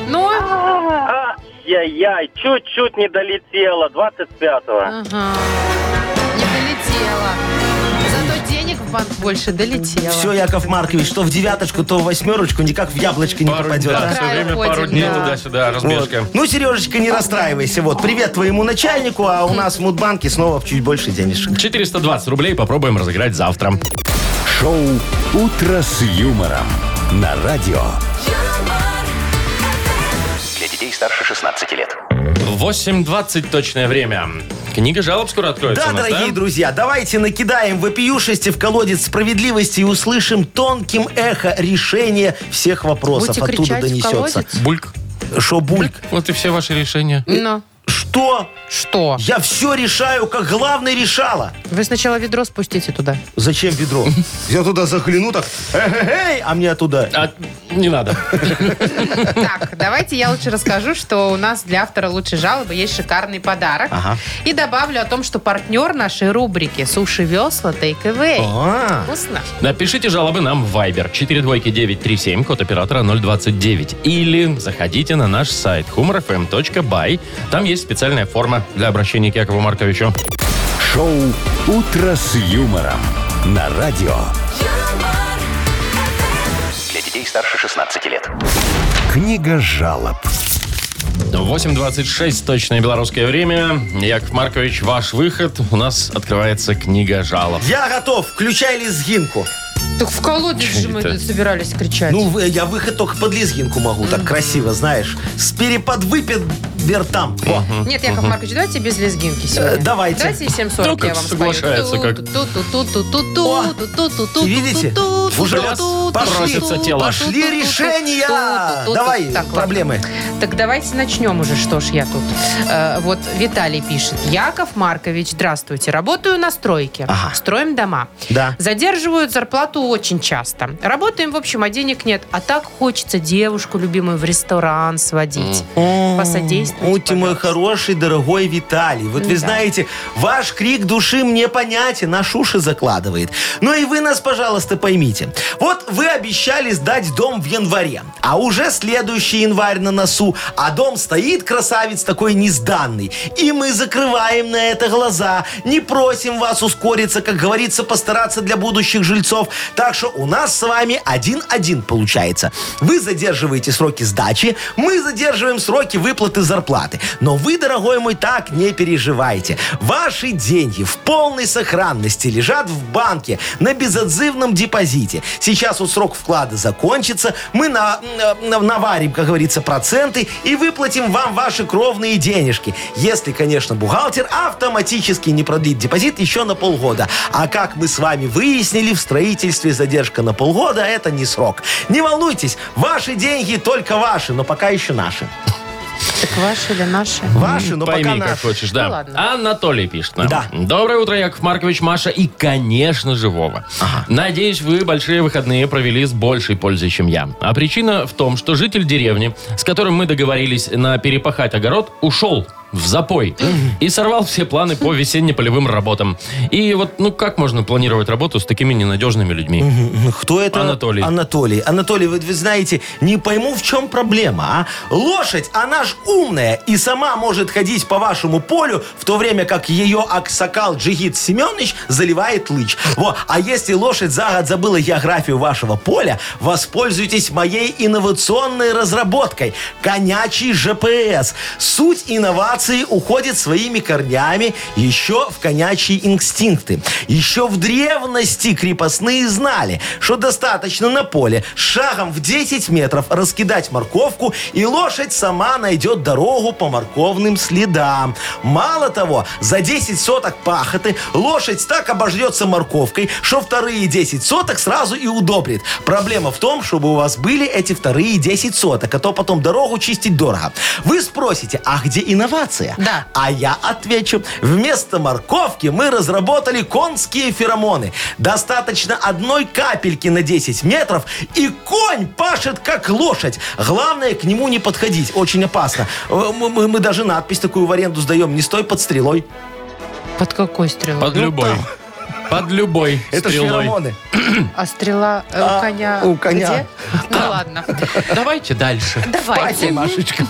S3: ну,
S8: Ай-яй-яй, чуть-чуть не долетело, 25-го.
S3: ага. не долетела. Зато денег в банк больше долетело.
S4: все, Яков Маркович, что в девяточку, то в восьмерочку никак в яблочко не попадет.
S2: да,
S4: а?
S2: все время
S3: Ходим,
S2: пару дней
S3: да.
S2: туда-сюда, разбежка.
S4: Вот. Ну, Сережечка, не расстраивайся. Вот, привет твоему начальнику, а у нас в Мудбанке снова в чуть больше денежек.
S2: 420 рублей попробуем разыграть завтра.
S1: Шоу «Утро с юмором» на радио.
S5: Для детей старше 16 лет.
S2: 8.20 точное время. Книга жалоб скоро откроется а?
S4: Да,
S2: у нас,
S4: дорогие друзья, давайте накидаем вопиюшести в колодец справедливости и услышим тонким эхо решение всех вопросов.
S3: Будете
S4: Оттуда
S3: кричать в
S4: донесется.
S3: колодец?
S2: Бульк.
S4: Шо, Бульк?
S2: Вот и все ваши решения.
S3: Ну,
S4: Что?
S3: что?
S4: Я все решаю, как главный решала.
S3: Вы сначала ведро спустите туда.
S4: Зачем ведро? Я туда загляну так, «Эхе-хей», а мне оттуда.
S2: А, не надо.
S3: Так, давайте я лучше расскажу, что у нас для автора лучшей жалобы есть шикарный подарок.
S4: Ага.
S3: И добавлю о том, что партнер нашей рубрики «Суши весла Take Away».
S4: А,
S3: Вкусно.
S2: Напишите жалобы нам в Viber 42937, код оператора 029. Или заходите на наш сайт humorfm.by. Там есть специальная форма для обращения к Якову Марковичу.
S1: Шоу «Утро с юмором» на радио.
S5: Для детей старше 16 лет.
S1: Книга жалоб.
S2: 8.26, точное белорусское время. Яков Маркович, ваш выход. У нас открывается книга жалоб.
S4: Я готов, включай лезгинку.
S3: Так в колодец же мы
S2: это?
S3: тут собирались кричать.
S4: Ну, вы- я выход только под лезгинку могу, так красиво, знаешь. С переподвыпит вертам. Во.
S3: Нет, Яков Маркович, давайте без лезгинки сегодня.
S4: Э, давайте.
S3: Давайте 7.40
S2: Ну, как
S3: я вам
S2: соглашается,
S3: спою.
S2: как.
S4: О, видите? Уже раз
S2: просится тело.
S4: Пошли решения! Давай,
S3: проблемы.
S4: проблемы.
S3: Так давайте начнем уже, что ж я тут. Э, вот Виталий пишет. Яков Маркович, здравствуйте. Работаю на стройке.
S4: Ага.
S3: Строим дома.
S4: Да.
S3: Задерживают зарплату очень часто. Работаем, в общем, а денег нет. А так хочется девушку любимую в ресторан сводить. Посодействуйте,
S4: Ути, мой хороший, дорогой Виталий. Вот вы
S3: Да.
S4: знаете, ваш крик души мне понятен, наш уши закладывает. Но и вы нас, пожалуйста, поймите. Вот вы обещали сдать дом в январе, а уже следующий январь на носу, а дом стоит, красавец такой несданный. И мы закрываем на это глаза, не просим вас ускориться, как говорится, постараться для будущих жильцов. Так что у нас с вами один-один получается. Вы задерживаете сроки сдачи, мы задерживаем сроки выплаты зарплаты зарплаты. Но вы, дорогой мой, так не переживайте. Ваши деньги в полной сохранности лежат в банке на безотзывном депозите. Сейчас вот срок вклада закончится, мы на, на- наварим, как говорится, проценты и выплатим вам ваши кровные денежки. Если, конечно, бухгалтер автоматически не продлит депозит еще на полгода. А как мы с вами выяснили, в строительстве задержка на полгода – это не срок. Не волнуйтесь, ваши деньги только ваши, но пока еще наши.
S3: Так ваши или наши?
S4: Ваши, но
S2: Пойми,
S4: пока
S2: как
S4: наши.
S2: хочешь, да.
S3: Ну ладно.
S2: Анатолий пишет нам.
S4: Да.
S2: Доброе утро, Яков Маркович, Маша и, конечно же, Вова. Надеюсь, вы большие выходные провели с большей пользой, чем я. А причина в том, что житель деревни, с которым мы договорились на перепахать огород, ушел в запой и сорвал все планы по весенне-полевым работам. И вот, ну, как можно планировать работу с такими ненадежными людьми?
S4: Ну, Кто это?
S2: Анатолий.
S4: Анатолий. Анатолий, вы, вы знаете, не пойму, в чем проблема, а? Лошадь, она ж умная и сама может ходить по вашему полю, в то время как ее аксакал Джигит Семенович заливает лыч. Во. А если лошадь за год забыла географию вашего поля, воспользуйтесь моей инновационной разработкой. Конячий ЖПС. Суть инновации уходит своими корнями еще в конячьи инстинкты. Еще в древности крепостные знали, что достаточно на поле с шагом в 10 метров раскидать морковку, и лошадь сама найдет дорогу по морковным следам. Мало того, за 10 соток пахоты лошадь так обожрется морковкой, что вторые 10 соток сразу и удобрит. Проблема в том, чтобы у вас были эти вторые 10 соток, а то потом дорогу чистить дорого. Вы спросите, а где инновация?
S3: Да.
S4: А я отвечу. Вместо морковки мы разработали конские феромоны. Достаточно одной капельки на 10 метров, и конь пашет, как лошадь. Главное, к нему не подходить. Очень опасно. Э, Мы, мы- мы даже надпись такую в аренду сдаем. Не стой под стрелой.
S3: Под какой стрелой?
S2: Под любой. Под любой
S4: Ну Это ж
S2: стрелой.
S4: феромоны.
S3: А стрела э, у
S4: А,
S3: коня
S4: у коня.
S3: где? Ну ладно.
S2: Давайте дальше.
S3: Давайте.
S4: Машечка.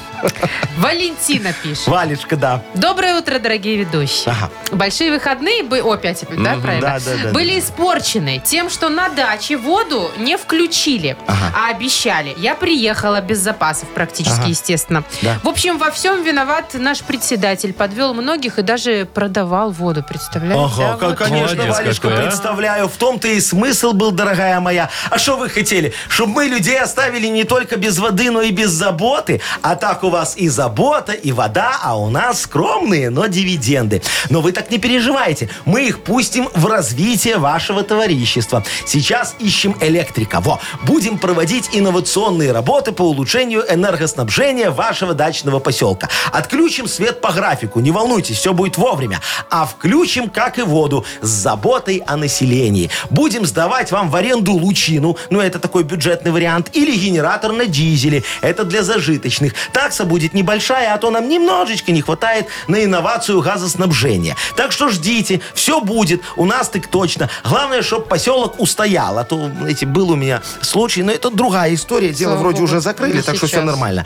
S3: Валентина пишет.
S4: Валечка, да.
S3: Доброе утро, дорогие ведущие.
S4: Ага.
S3: Большие выходные бы... О, опять, опять, да, правильно?
S4: да, да, да,
S3: были испорчены тем, что на даче воду не включили, а обещали. Я приехала без запасов практически, естественно. В общем, во всем виноват наш председатель. Подвел многих и даже продавал воду, представляете?
S4: Ага,
S3: Да,
S4: ко-
S3: вот.
S4: конечно,
S2: а Молодец
S4: Валечка,
S2: какой, а.
S4: представляю. В том-то и смысл был, дорогая моя. А что вы хотели? Чтобы мы людей оставили не только без воды, но и без заботы. А так у вас и забота, и вода, а у нас скромные, но дивиденды. Но вы так не переживайте. Мы их пустим в развитие вашего товарищества. Сейчас ищем электрика. Во, будем проводить инновационные работы по улучшению энергоснабжения вашего дачного поселка. Отключим свет по графику, не волнуйтесь, все будет вовремя. А включим, как и воду, с заботой о населении. Будем сдавать вам в аренду лучину, ну это такой бюджетный вариант, или генератор на дизеле, это для зажиточных. Такса будет небольшая, а то нам немножечко не хватает на инновацию газоснабжения. Так что ждите, все будет, у нас так точно. Главное, чтобы поселок устоял, а то, знаете, был у меня случай, но это другая история, дело
S3: Слава
S4: вроде
S3: богу,
S4: уже закрыли,
S3: не
S4: так что все
S3: сейчас.
S4: нормально.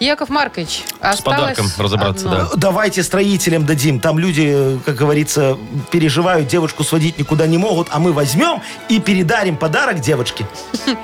S3: Яков Маркович, осталось
S2: подарком разобраться,
S3: одно.
S2: да.
S4: Э, Давайте строителям дадим. Там люди, как говорится, переживают, девушку сводить никуда не могут, а мы возьмем и передарим подарок девочке.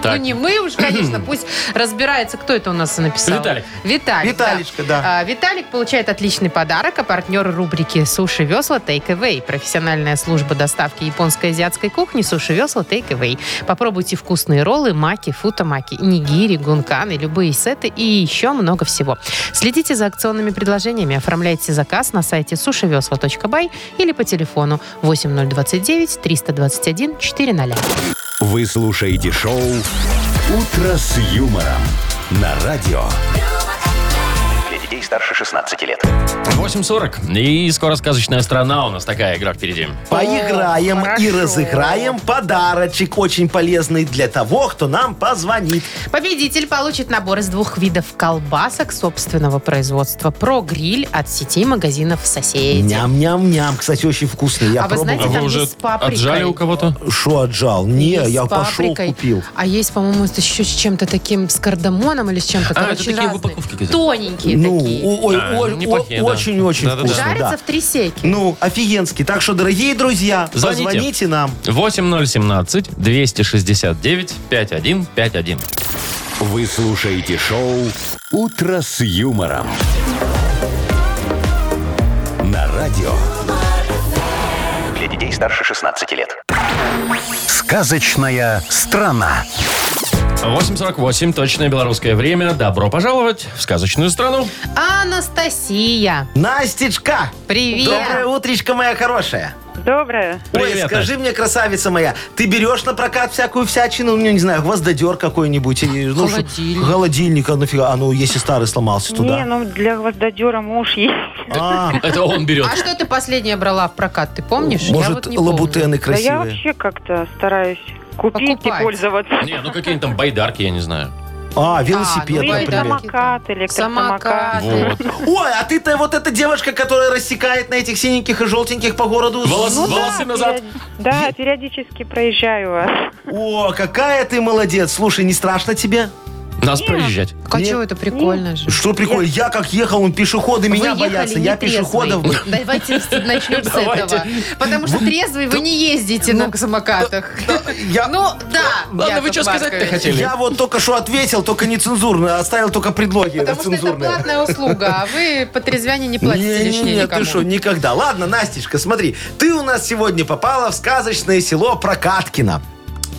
S2: Так.
S3: Ну, не мы уж, конечно, пусть разбирается, кто это у нас написал.
S2: Виталик.
S3: Виталик,
S4: Виталичка, да.
S3: А, Виталик получает отличный подарок, а партнер рубрики «Суши весла Take Away» профессиональная служба доставки японской и азиатской кухни «Суши весла Take Away». Попробуйте вкусные роллы, маки, футамаки, нигири, гунканы, любые сеты и еще много всего. Следите за акционными предложениями, оформляйте заказ на сайте сушивесла.бай или по телефону 8029 321 400.
S1: Вы слушаете шоу «Утро с юмором» на радио.
S5: Для детей старше 16 лет.
S2: 8.40. И скоро сказочная страна у нас такая игра впереди.
S4: Поиграем и
S3: Э, хорошо.
S4: разыграем подарочек, очень полезный для того, кто нам позвонит.
S3: Победитель получит набор из двух видов колбасок собственного производства. Про гриль от сетей магазинов соседей.
S4: Ням-ням-ням. Кстати, очень вкусный. Я
S3: А вы
S4: пробовал.
S2: А
S3: знаете,
S2: вы
S3: там
S2: уже
S3: есть с паприкой.
S2: отжали у кого-то?
S4: Шо отжал? Не,
S3: Есть
S4: я
S3: с
S4: пошел
S3: паприкой.
S4: купил.
S3: А есть, по-моему, с- еще с чем-то таким, с кардамоном или с чем-то.
S2: А, это
S3: короче,
S2: такие
S3: разные.
S2: упаковки какие-то.
S3: Тоненькие
S4: Ну,
S3: такие.
S4: о- ой,
S2: Да,
S4: о-
S2: неплохие,
S4: о-
S2: да.
S4: очень-очень
S2: Да-да-да.
S4: вкусно.
S3: Жарятся
S4: да.
S3: в три секи.
S4: Ну, офигенский. Так что, дорогие друзья,
S2: Звоните.
S4: позвоните нам.
S2: 8017 269 5151.
S1: Вы слушаете шоу «Утро с юмором» на радио.
S5: Для детей старше 16 лет.
S1: Сказочная страна.
S2: 8.48, точное белорусское время. Добро пожаловать в сказочную страну.
S3: Анастасия,
S4: Настечка!
S3: привет.
S4: Доброе утречко, моя хорошая.
S6: Доброе.
S2: Привет,
S4: Ой, скажи мне, красавица моя, ты берешь на прокат всякую всячину, ну, не знаю, гвоздодер какой-нибудь, или, ну, чтоб-
S3: Холодильник.
S4: холодильник, а нафига, а ну, если старый сломался
S6: Не,
S4: туда.
S6: ну для гвоздодера муж есть.
S4: А,
S2: Это он берет.
S3: А что ты последнее брала в прокат, ты помнишь? Я
S4: может,
S3: вот не помню.
S4: лабутены
S6: Да я
S4: красивые.
S6: вообще как-то стараюсь купить
S3: Покупать.
S6: и пользоваться.
S2: Не, ну какие-нибудь там байдарки, я не знаю.
S4: А,
S3: ну
S4: велосипед,
S6: Ну
S3: я
S6: или
S3: например.
S4: например.
S6: самокат, электросамокат.
S3: Самокат.
S2: Вот.
S4: Ой, а ты-то вот эта девушка, которая рассекает на этих синеньких и желтеньких по городу.
S2: Волос-
S4: Ну,
S2: волосы назад.
S6: период- Да, периодически проезжаю вас.
S4: О, какая ты молодец. Слушай, не страшно тебе?
S2: Нас проезжать.
S3: А чего это прикольно же?
S4: Что прикольно? Я как ехал, он пешеходы меня
S3: Вы ехали
S4: боятся. Я
S3: нетрезвый.
S4: пешеходов бы.
S3: Давайте начнем с
S2: Давайте.
S3: этого. Потому что трезвый вы не ездите на самокатах.
S4: ну, Я-
S3: Ну, да.
S2: Ладно, вы
S3: Яков
S2: что сказать-то
S3: Маркович.
S2: хотели?
S4: Я вот только что ответил, только нецензурно, оставил только предлоги
S3: Потому что это
S4: цензурные.
S3: платная услуга, а вы по трезвяне не платите лишнее
S4: Не-не-не, ты
S3: никому.
S4: что, никогда. Ладно, Настечка, смотри, ты у нас сегодня попала в сказочное село Прокаткино.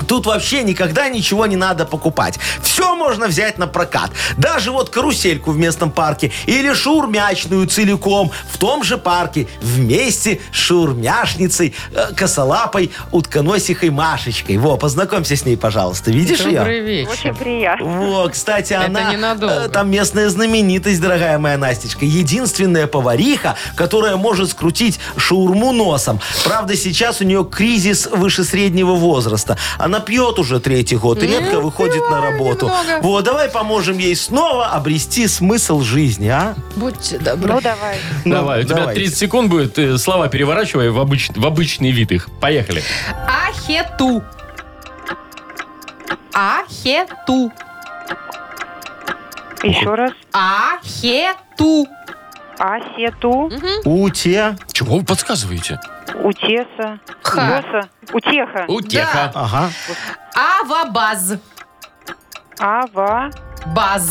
S4: Тут вообще никогда ничего не надо покупать. Все можно взять на прокат. Даже вот карусельку в местном парке или шаурмячную целиком в том же парке вместе с шаурмяшницей, э, косолапой, утконосихой Машечкой. Во, познакомься с ней, пожалуйста. Видишь ее?
S3: Добрый
S6: Очень
S3: вечер.
S6: приятно.
S4: Во, кстати,
S3: Это
S4: она
S3: ненадолго.
S4: э, там местная знаменитость, дорогая моя Настечка. Единственная повариха, которая может скрутить шаурму носом. Правда, сейчас у нее кризис выше среднего возраста. Она пьет уже третий год и редко выходит на работу.
S3: немного.
S4: Вот, давай поможем ей снова обрести смысл жизни, а?
S3: Будьте добры.
S6: Ну давай.
S2: Давай, у тебя
S4: давайте.
S2: 30 секунд будет, э, слова переворачивай в, обыч- в обычный вид их. Поехали.
S3: Ахету. Ахету.
S6: Еще раз.
S3: Ахету.
S6: Асету,
S4: У те.
S2: Чего вы подсказываете?
S6: утеса,
S3: Ха.
S6: леса, утеха,
S2: Утеха.
S4: Ага.
S3: Авабаз.
S6: ава,
S3: Баз.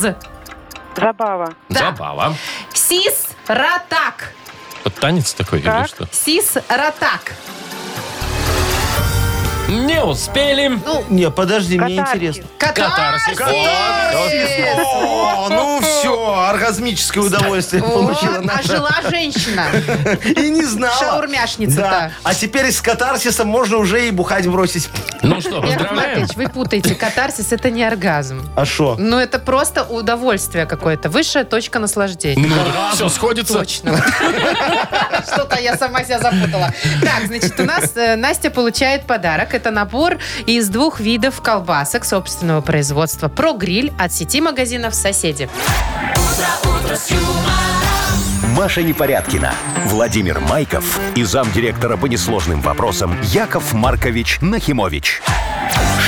S6: забава,
S2: Забава.
S3: Сис ратак.
S2: Вот танец такой или
S6: Так.
S2: что?
S3: Сис ратак.
S2: Не успели.
S3: Ну,
S4: Не, подожди, мне
S6: катарсис.
S4: интересно.
S2: Катарсис.
S3: Катарсис.
S4: О, ну все, оргазмическое удовольствие
S3: Вот,
S4: получила
S3: а
S4: наша.
S3: жила женщина.
S4: И не знала.
S3: Шаурмяшница-то.
S4: Да. А теперь с катарсисом можно уже и бухать бросить.
S2: Ну что,
S3: Яков
S2: поздравляем.
S3: Маркович, вы путаете. Катарсис – это не оргазм.
S4: А шо?
S3: Ну, это просто удовольствие какое-то. Высшая точка наслаждения.
S2: Ну, все сходится.
S3: Точно. Что-то я сама себя запутала. Так, значит, у нас э, Настя получает подарок. Это набор из двух видов колбасок собственного производства. Про гриль от сети магазинов «Соседи».
S1: Маша Непорядкина, Владимир Майков и замдиректора по несложным вопросам Яков Маркович Нахимович.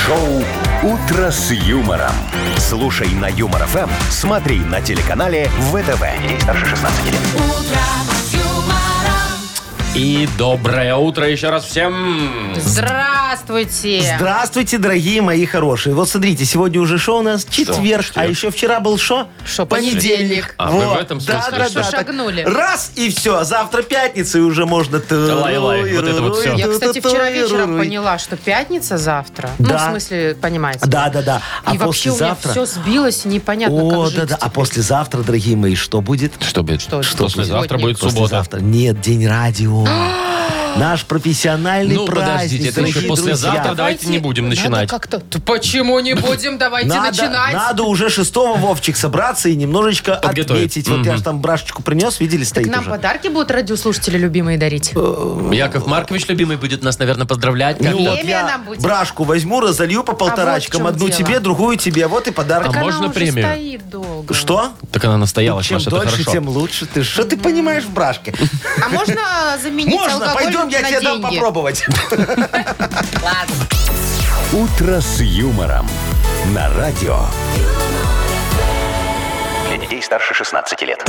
S1: Шоу «Утро с юмором». Слушай на Юмор ФМ, смотри на телеканале ВТВ. Ей старше 16 лет.
S2: И доброе утро еще раз всем.
S3: Здравствуйте.
S4: Здравствуйте, дорогие мои хорошие. Вот смотрите, сегодня уже шо у нас? Четверг.
S2: Четверг.
S4: А еще вчера был шо?
S3: Шо, понедельник.
S4: Понедельник.
S2: А, вы в этом смысле?
S4: Да, да,
S3: Хорошо,
S4: да. Так
S3: шагнули.
S4: Раз и все. Завтра пятница, и уже можно...
S2: Лай, лай, вот это вот всё.
S3: Я, кстати, вчера вечером поняла, что пятница завтра. Ну, в
S4: Да.
S3: смысле, понимаете.
S4: Да, да, да. А
S3: И вообще у меня
S4: послезавтра...
S3: все сбилось, и непонятно,
S4: О,
S3: как жить.
S4: да, да. А
S3: теперь.
S4: послезавтра, дорогие мои, что будет?
S2: Что будет?
S3: Что будет?
S2: Послезавтра
S3: Сегодня.
S2: будет суббота.
S4: Послезавтра. Нет, день радио. Наш профессиональный
S2: Ну, подождите,
S4: праздник.
S2: это еще
S4: дорогие
S2: послезавтра,
S4: друзья.
S2: Давайте не будем
S3: Надо
S2: начинать.
S3: как-то... Да Почему не будем? Давайте
S4: Надо,
S3: начинать.
S4: надо уже шестого, Вовчик, собраться и немножечко
S2: Подготовить.
S4: отметить. Вот я же там брашечку принес, видели,
S3: Так
S4: стоит
S3: нам
S4: уже. Э,
S3: подарки будут радиослушатели любимые дарить.
S2: Яков Маркович, любимый, будет нас, наверное, поздравлять.
S4: Ну,
S2: как-то.
S3: Премия
S4: вот я
S3: нам будет. А
S4: брашку возьму, разолью по полторачкам.
S3: чем
S4: Одну
S3: дело.
S4: тебе, другую тебе. Вот и
S2: А
S4: подарок.
S3: Так она
S2: можно
S3: уже
S2: премию?
S3: стоит долго.
S4: Что?
S2: Так она настоялась,
S4: Чем
S2: Маша, это
S4: дольше,
S2: хорошо.
S4: тем лучше. Ты что ты понимаешь в брашке?
S3: А можно заменить
S4: Можно,
S3: алкоголь
S4: пойдем, я
S3: на
S4: тебе дам
S3: деньги?
S4: попробовать.
S3: Ладно.
S1: «Утро с юмором» на радио.
S5: Для детей старше 16 лет.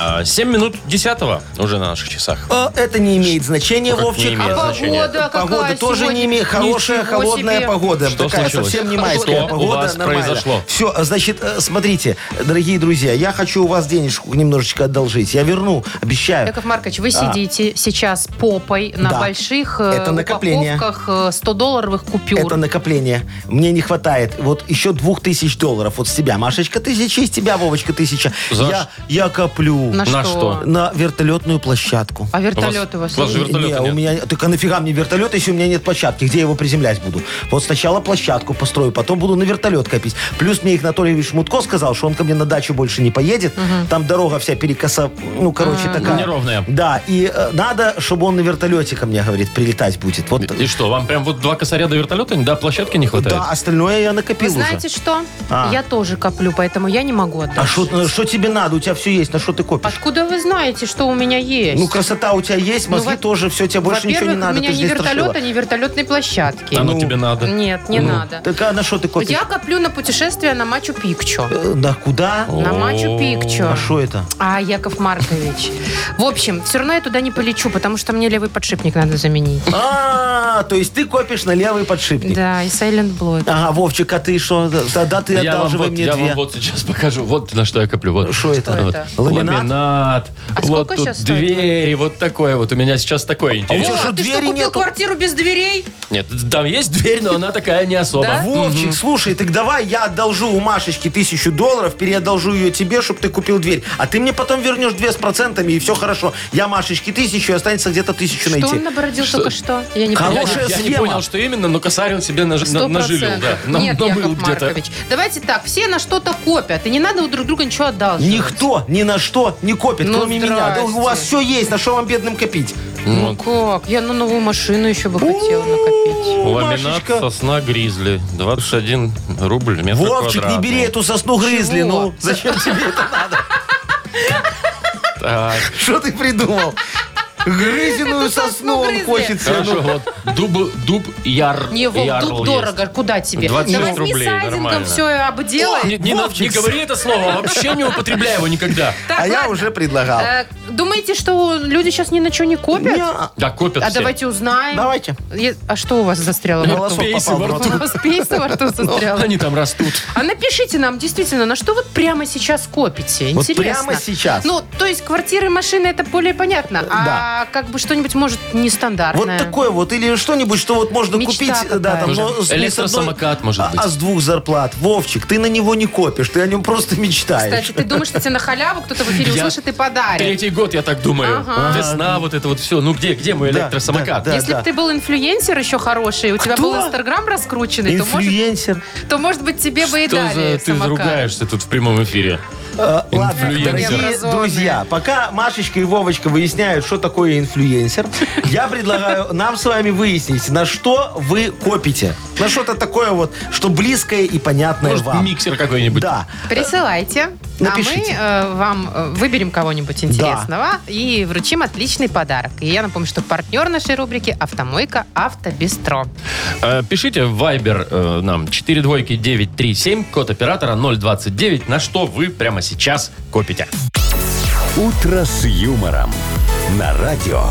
S2: А, 7 минут 10 уже на наших часах.
S4: Э, Это не имеет значения,
S2: как не
S4: Вовчик.
S2: имеет
S4: А
S2: значения?
S3: Погода какая
S4: Погода тоже
S3: сегодня?
S4: не имеет. Хорошая,
S3: Ничего
S4: холодная
S3: себе.
S4: погода.
S2: Что
S4: Такая
S2: случилось?
S4: совсем не майская
S2: Что у
S4: погода.
S2: вас произошло?
S4: Все, значит, э, смотрите, дорогие друзья, я хочу у вас денежку немножечко одолжить. Я верну, обещаю.
S3: Яков Маркович, вы
S4: А.
S3: сидите сейчас попой на
S4: Да.
S3: больших э,
S4: Это накопление.
S3: упаковках 100-долларовых купюр.
S4: Это накопление. Мне не хватает. Вот еще двух тысяч долларов. Вот с тебя, Машечка, тысяча, и с тебя, Вовочка, тысяча.
S2: За
S4: Я, я коплю
S3: На,
S4: на...
S2: На
S3: что?
S2: что?
S4: вертолетную площадку.
S3: А вертолет у
S2: У
S3: вас,
S2: вас- у вас же
S3: есть?
S2: вертолета
S4: Не,
S2: нет.
S4: у меня так а нафига мне вертолет, если у меня нет площадки, где я его приземлять буду? Вот сначала площадку построю, потом буду на вертолет копить. Плюс мне Игнатольевич Мутко сказал, что он ко мне на дачу больше не поедет. Там дорога вся перекоса, ну, короче,
S3: А,
S4: такая.
S2: Неровная.
S4: Да, и э, надо, чтобы он на вертолете ко мне, говорит, прилетать будет. Вот
S2: И что, вам прям вот два косаря до вертолета? Да, площадки не хватает?
S4: да, остальное я
S3: Вы
S4: накопил
S3: знаете
S4: уже.
S3: что?
S4: А.
S3: Я тоже коплю, поэтому я не могу отдать.
S4: А что тебе надо? У тебя все есть, на что ты копишь?
S3: Откуда вы знаете, что у меня есть?
S4: Ну, красота у тебя есть,
S3: Ну,
S4: мозги
S3: во-
S4: тоже, все, тебе больше ничего не
S3: Во-первых,
S4: надо.
S3: у меня
S4: ты
S3: не
S4: здесь
S3: вертолета,
S4: дрожила.
S3: не вертолетной площадки.
S2: Оно
S4: ну,
S2: А тебе надо.
S3: Нет, не надо.
S4: Так а на что ты копишь?
S3: Я коплю на путешествие на Мачу-Пикчу.
S4: Э, Да куда?
S3: На Мачу-Пикчу.
S4: А что это?
S3: А, Яков Маркович. В общем, все равно я туда не полечу, потому что мне левый подшипник надо заменить.
S4: А, то есть ты копишь на левый подшипник.
S3: Да, и Silent Blood.
S4: Ага, Вовчик, а ты что? Да, ты
S2: Я, вам
S4: одалживай
S2: вот,
S4: мне
S2: я вам
S4: две.
S2: вот сейчас покажу. Вот на что я коплю. Вот.
S4: Что это?
S2: Вот.
S3: это?
S4: Ламинат?
S2: Ламинат.
S3: А
S2: вот
S3: сколько
S2: тут
S3: сейчас стоит
S2: двери, вот такое вот. У меня сейчас такое
S4: А
S2: интересное.
S4: что,
S3: О, ты что,
S4: двери
S3: купил
S4: нету?
S3: квартиру без дверей?
S2: Нет, там есть дверь, но она такая не особо.
S3: Да?
S4: Вовчик, слушай, так давай я одолжу у Машечки тысячу долларов, переодолжу ее тебе, чтобы ты купил дверь. А ты мне потом вернешь две с процентами, и все хорошо. Я Машечке тысячу, и останется где-то тысячу
S3: Что он
S4: найти.
S3: набородил только что? Я не
S2: Я,
S4: Кого
S2: не-
S3: понимаю.
S4: Хорошая
S2: я не
S4: схема.
S2: понял, что именно, но косарин себе наж- на-
S3: Сто
S2: нажилил. Да.
S3: процентов.
S2: На-
S3: Нет,
S2: набыл
S3: Яков Маркович. Давайте так, все на что-то копят, и не надо у друг друга ничего одалживать.
S4: Никто ни на что не копит,
S3: Ну,
S4: кроме меня. Да у вас
S3: здрасте.
S4: все есть, на что вам бедным копить?
S3: Ну как? Я на новую машину еще бы хотела накопить.
S2: Ламинат
S4: Машечка.
S2: сосна гризли. 21 рубль метр
S4: Вовчик, не
S2: квадратный.
S4: бери эту сосну грызли,
S3: Чего?
S4: ну зачем тебе это надо?
S2: Так,
S4: Что ты придумал? Грызиную сосну он
S3: грызли.
S4: хочет себе.
S2: хорошо, вот дуб, дуб яр,
S3: Не, Вов,
S2: ярл
S3: тут
S2: есть.
S3: дорого, куда тебе?
S2: 26
S3: Да возьми
S2: рублей,
S3: сайдингом
S2: нормально.
S3: все и обделай.
S2: Не, не надо- не говори это слово, вообще не употребляй его никогда.
S3: Так,
S4: А я
S3: ладно.
S4: уже предлагал.
S3: Э, Думаете, что люди сейчас ни на что не копят?
S4: Не,
S2: Да, копят
S3: А
S2: все.
S3: давайте узнаем.
S4: Давайте.
S3: Е- А что у вас застряло во рту?
S4: Голосок
S2: пейсы
S4: попал в
S2: во
S4: рот.
S3: У вас пейсы во рту застряло?
S2: Они там растут.
S3: А напишите нам, действительно, на что вот прямо сейчас копите?
S4: Вот
S3: Интересно.
S4: прямо сейчас.
S3: Ну, то есть квартиры, машины, это более понятно. А как бы что-нибудь, может,
S4: Вот
S3: нестандартное.
S4: такое вот, или что-нибудь, что вот можно
S3: Мечта
S4: купить, э,
S3: какая.
S4: да, там, но
S2: Может,
S4: с- не с одной,
S2: электросамокат, может
S4: а,
S2: быть.
S4: а с двух зарплат. Вовчик, ты на него не копишь, ты о нем просто мечтаешь.
S3: Кстати, ты думаешь, что тебе на халяву кто-то в эфире
S2: Я
S3: услышит и подарит.
S2: Третий год, я так думаю.
S3: Ага.
S2: Весна, вот это вот все. Ну где, где мой
S4: Да,
S2: электросамокат?
S4: да, да.
S3: Если бы ты был инфлюенсер еще хороший, у тебя
S4: Кто?
S3: был Инстаграм раскрученный, то может,
S4: Инфлюенсер.
S3: то, может быть, тебе бы и
S2: Что
S3: дали
S2: за ты
S3: самокат.
S2: ругаешься тут в прямом эфире?
S4: Э, Ладно,
S2: Инфлюенсер.
S4: дорогие
S3: Образованные.
S4: друзья, пока Машечка и Вовочка выясняют, что такое инфлюенсер, я предлагаю нам с вами выяснить, на что вы копите. На что-то такое вот, что близкое и понятное
S2: Может,
S4: вам.
S2: миксер какой-нибудь?
S4: Да.
S3: Присылайте.
S4: Напишите.
S3: А мы э, вам э, выберем кого-нибудь интересного и вручим отличный подарок. И я напомню, что партнер нашей рубрики «Автомойка Автобестро».
S2: Э, Пишите в Viber э, нам 4 двойки 937, код оператора 029, на что вы прямо сейчас копите.
S1: «Утро с юмором» на радио.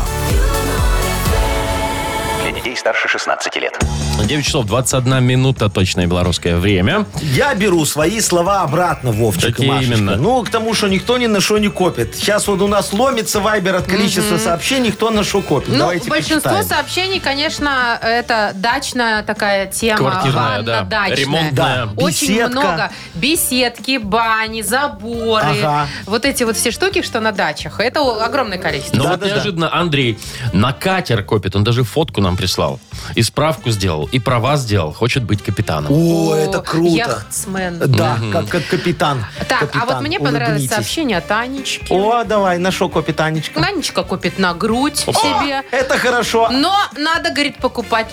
S5: Для детей старше 16 лет.
S2: 9 часов 21 минута точное белорусское время.
S4: Я беру свои слова обратно, Вовчик
S2: Какие
S4: и Машечка.
S2: именно?
S4: Ну, к тому, что никто ни на что не копит. Сейчас вот у нас ломится вайбер от количества сообщений, кто на что копит.
S3: Ну,
S4: Давайте
S3: большинство
S4: почитаем.
S3: сообщений, конечно, это дачная такая тема.
S2: Квартирная,
S3: ванна
S2: да.
S3: дачная.
S2: Ремонтная.
S4: Да.
S3: Очень
S4: Беседка.
S3: много беседки, бани, заборы.
S4: Ага.
S3: Вот эти вот все штуки, что на дачах. Это о- огромное количество.
S2: Но вот
S4: да, да.
S2: неожиданно Андрей на катер копит. Он даже фотку нам прислал. И справку сделал, и права сделал. Хочет быть капитаном.
S4: О, Ну, это
S3: О,
S4: круто.
S3: Яхтсмен.
S4: Да, как, как капитан.
S3: Так,
S4: Капитан,
S3: а вот мне понравилось
S4: улыбнитесь.
S3: сообщение от Анечки.
S4: О, давай, на шо капитанечка?
S3: Анечка копит на грудь себе,
S4: Это хорошо.
S3: но надо, говорит, покупать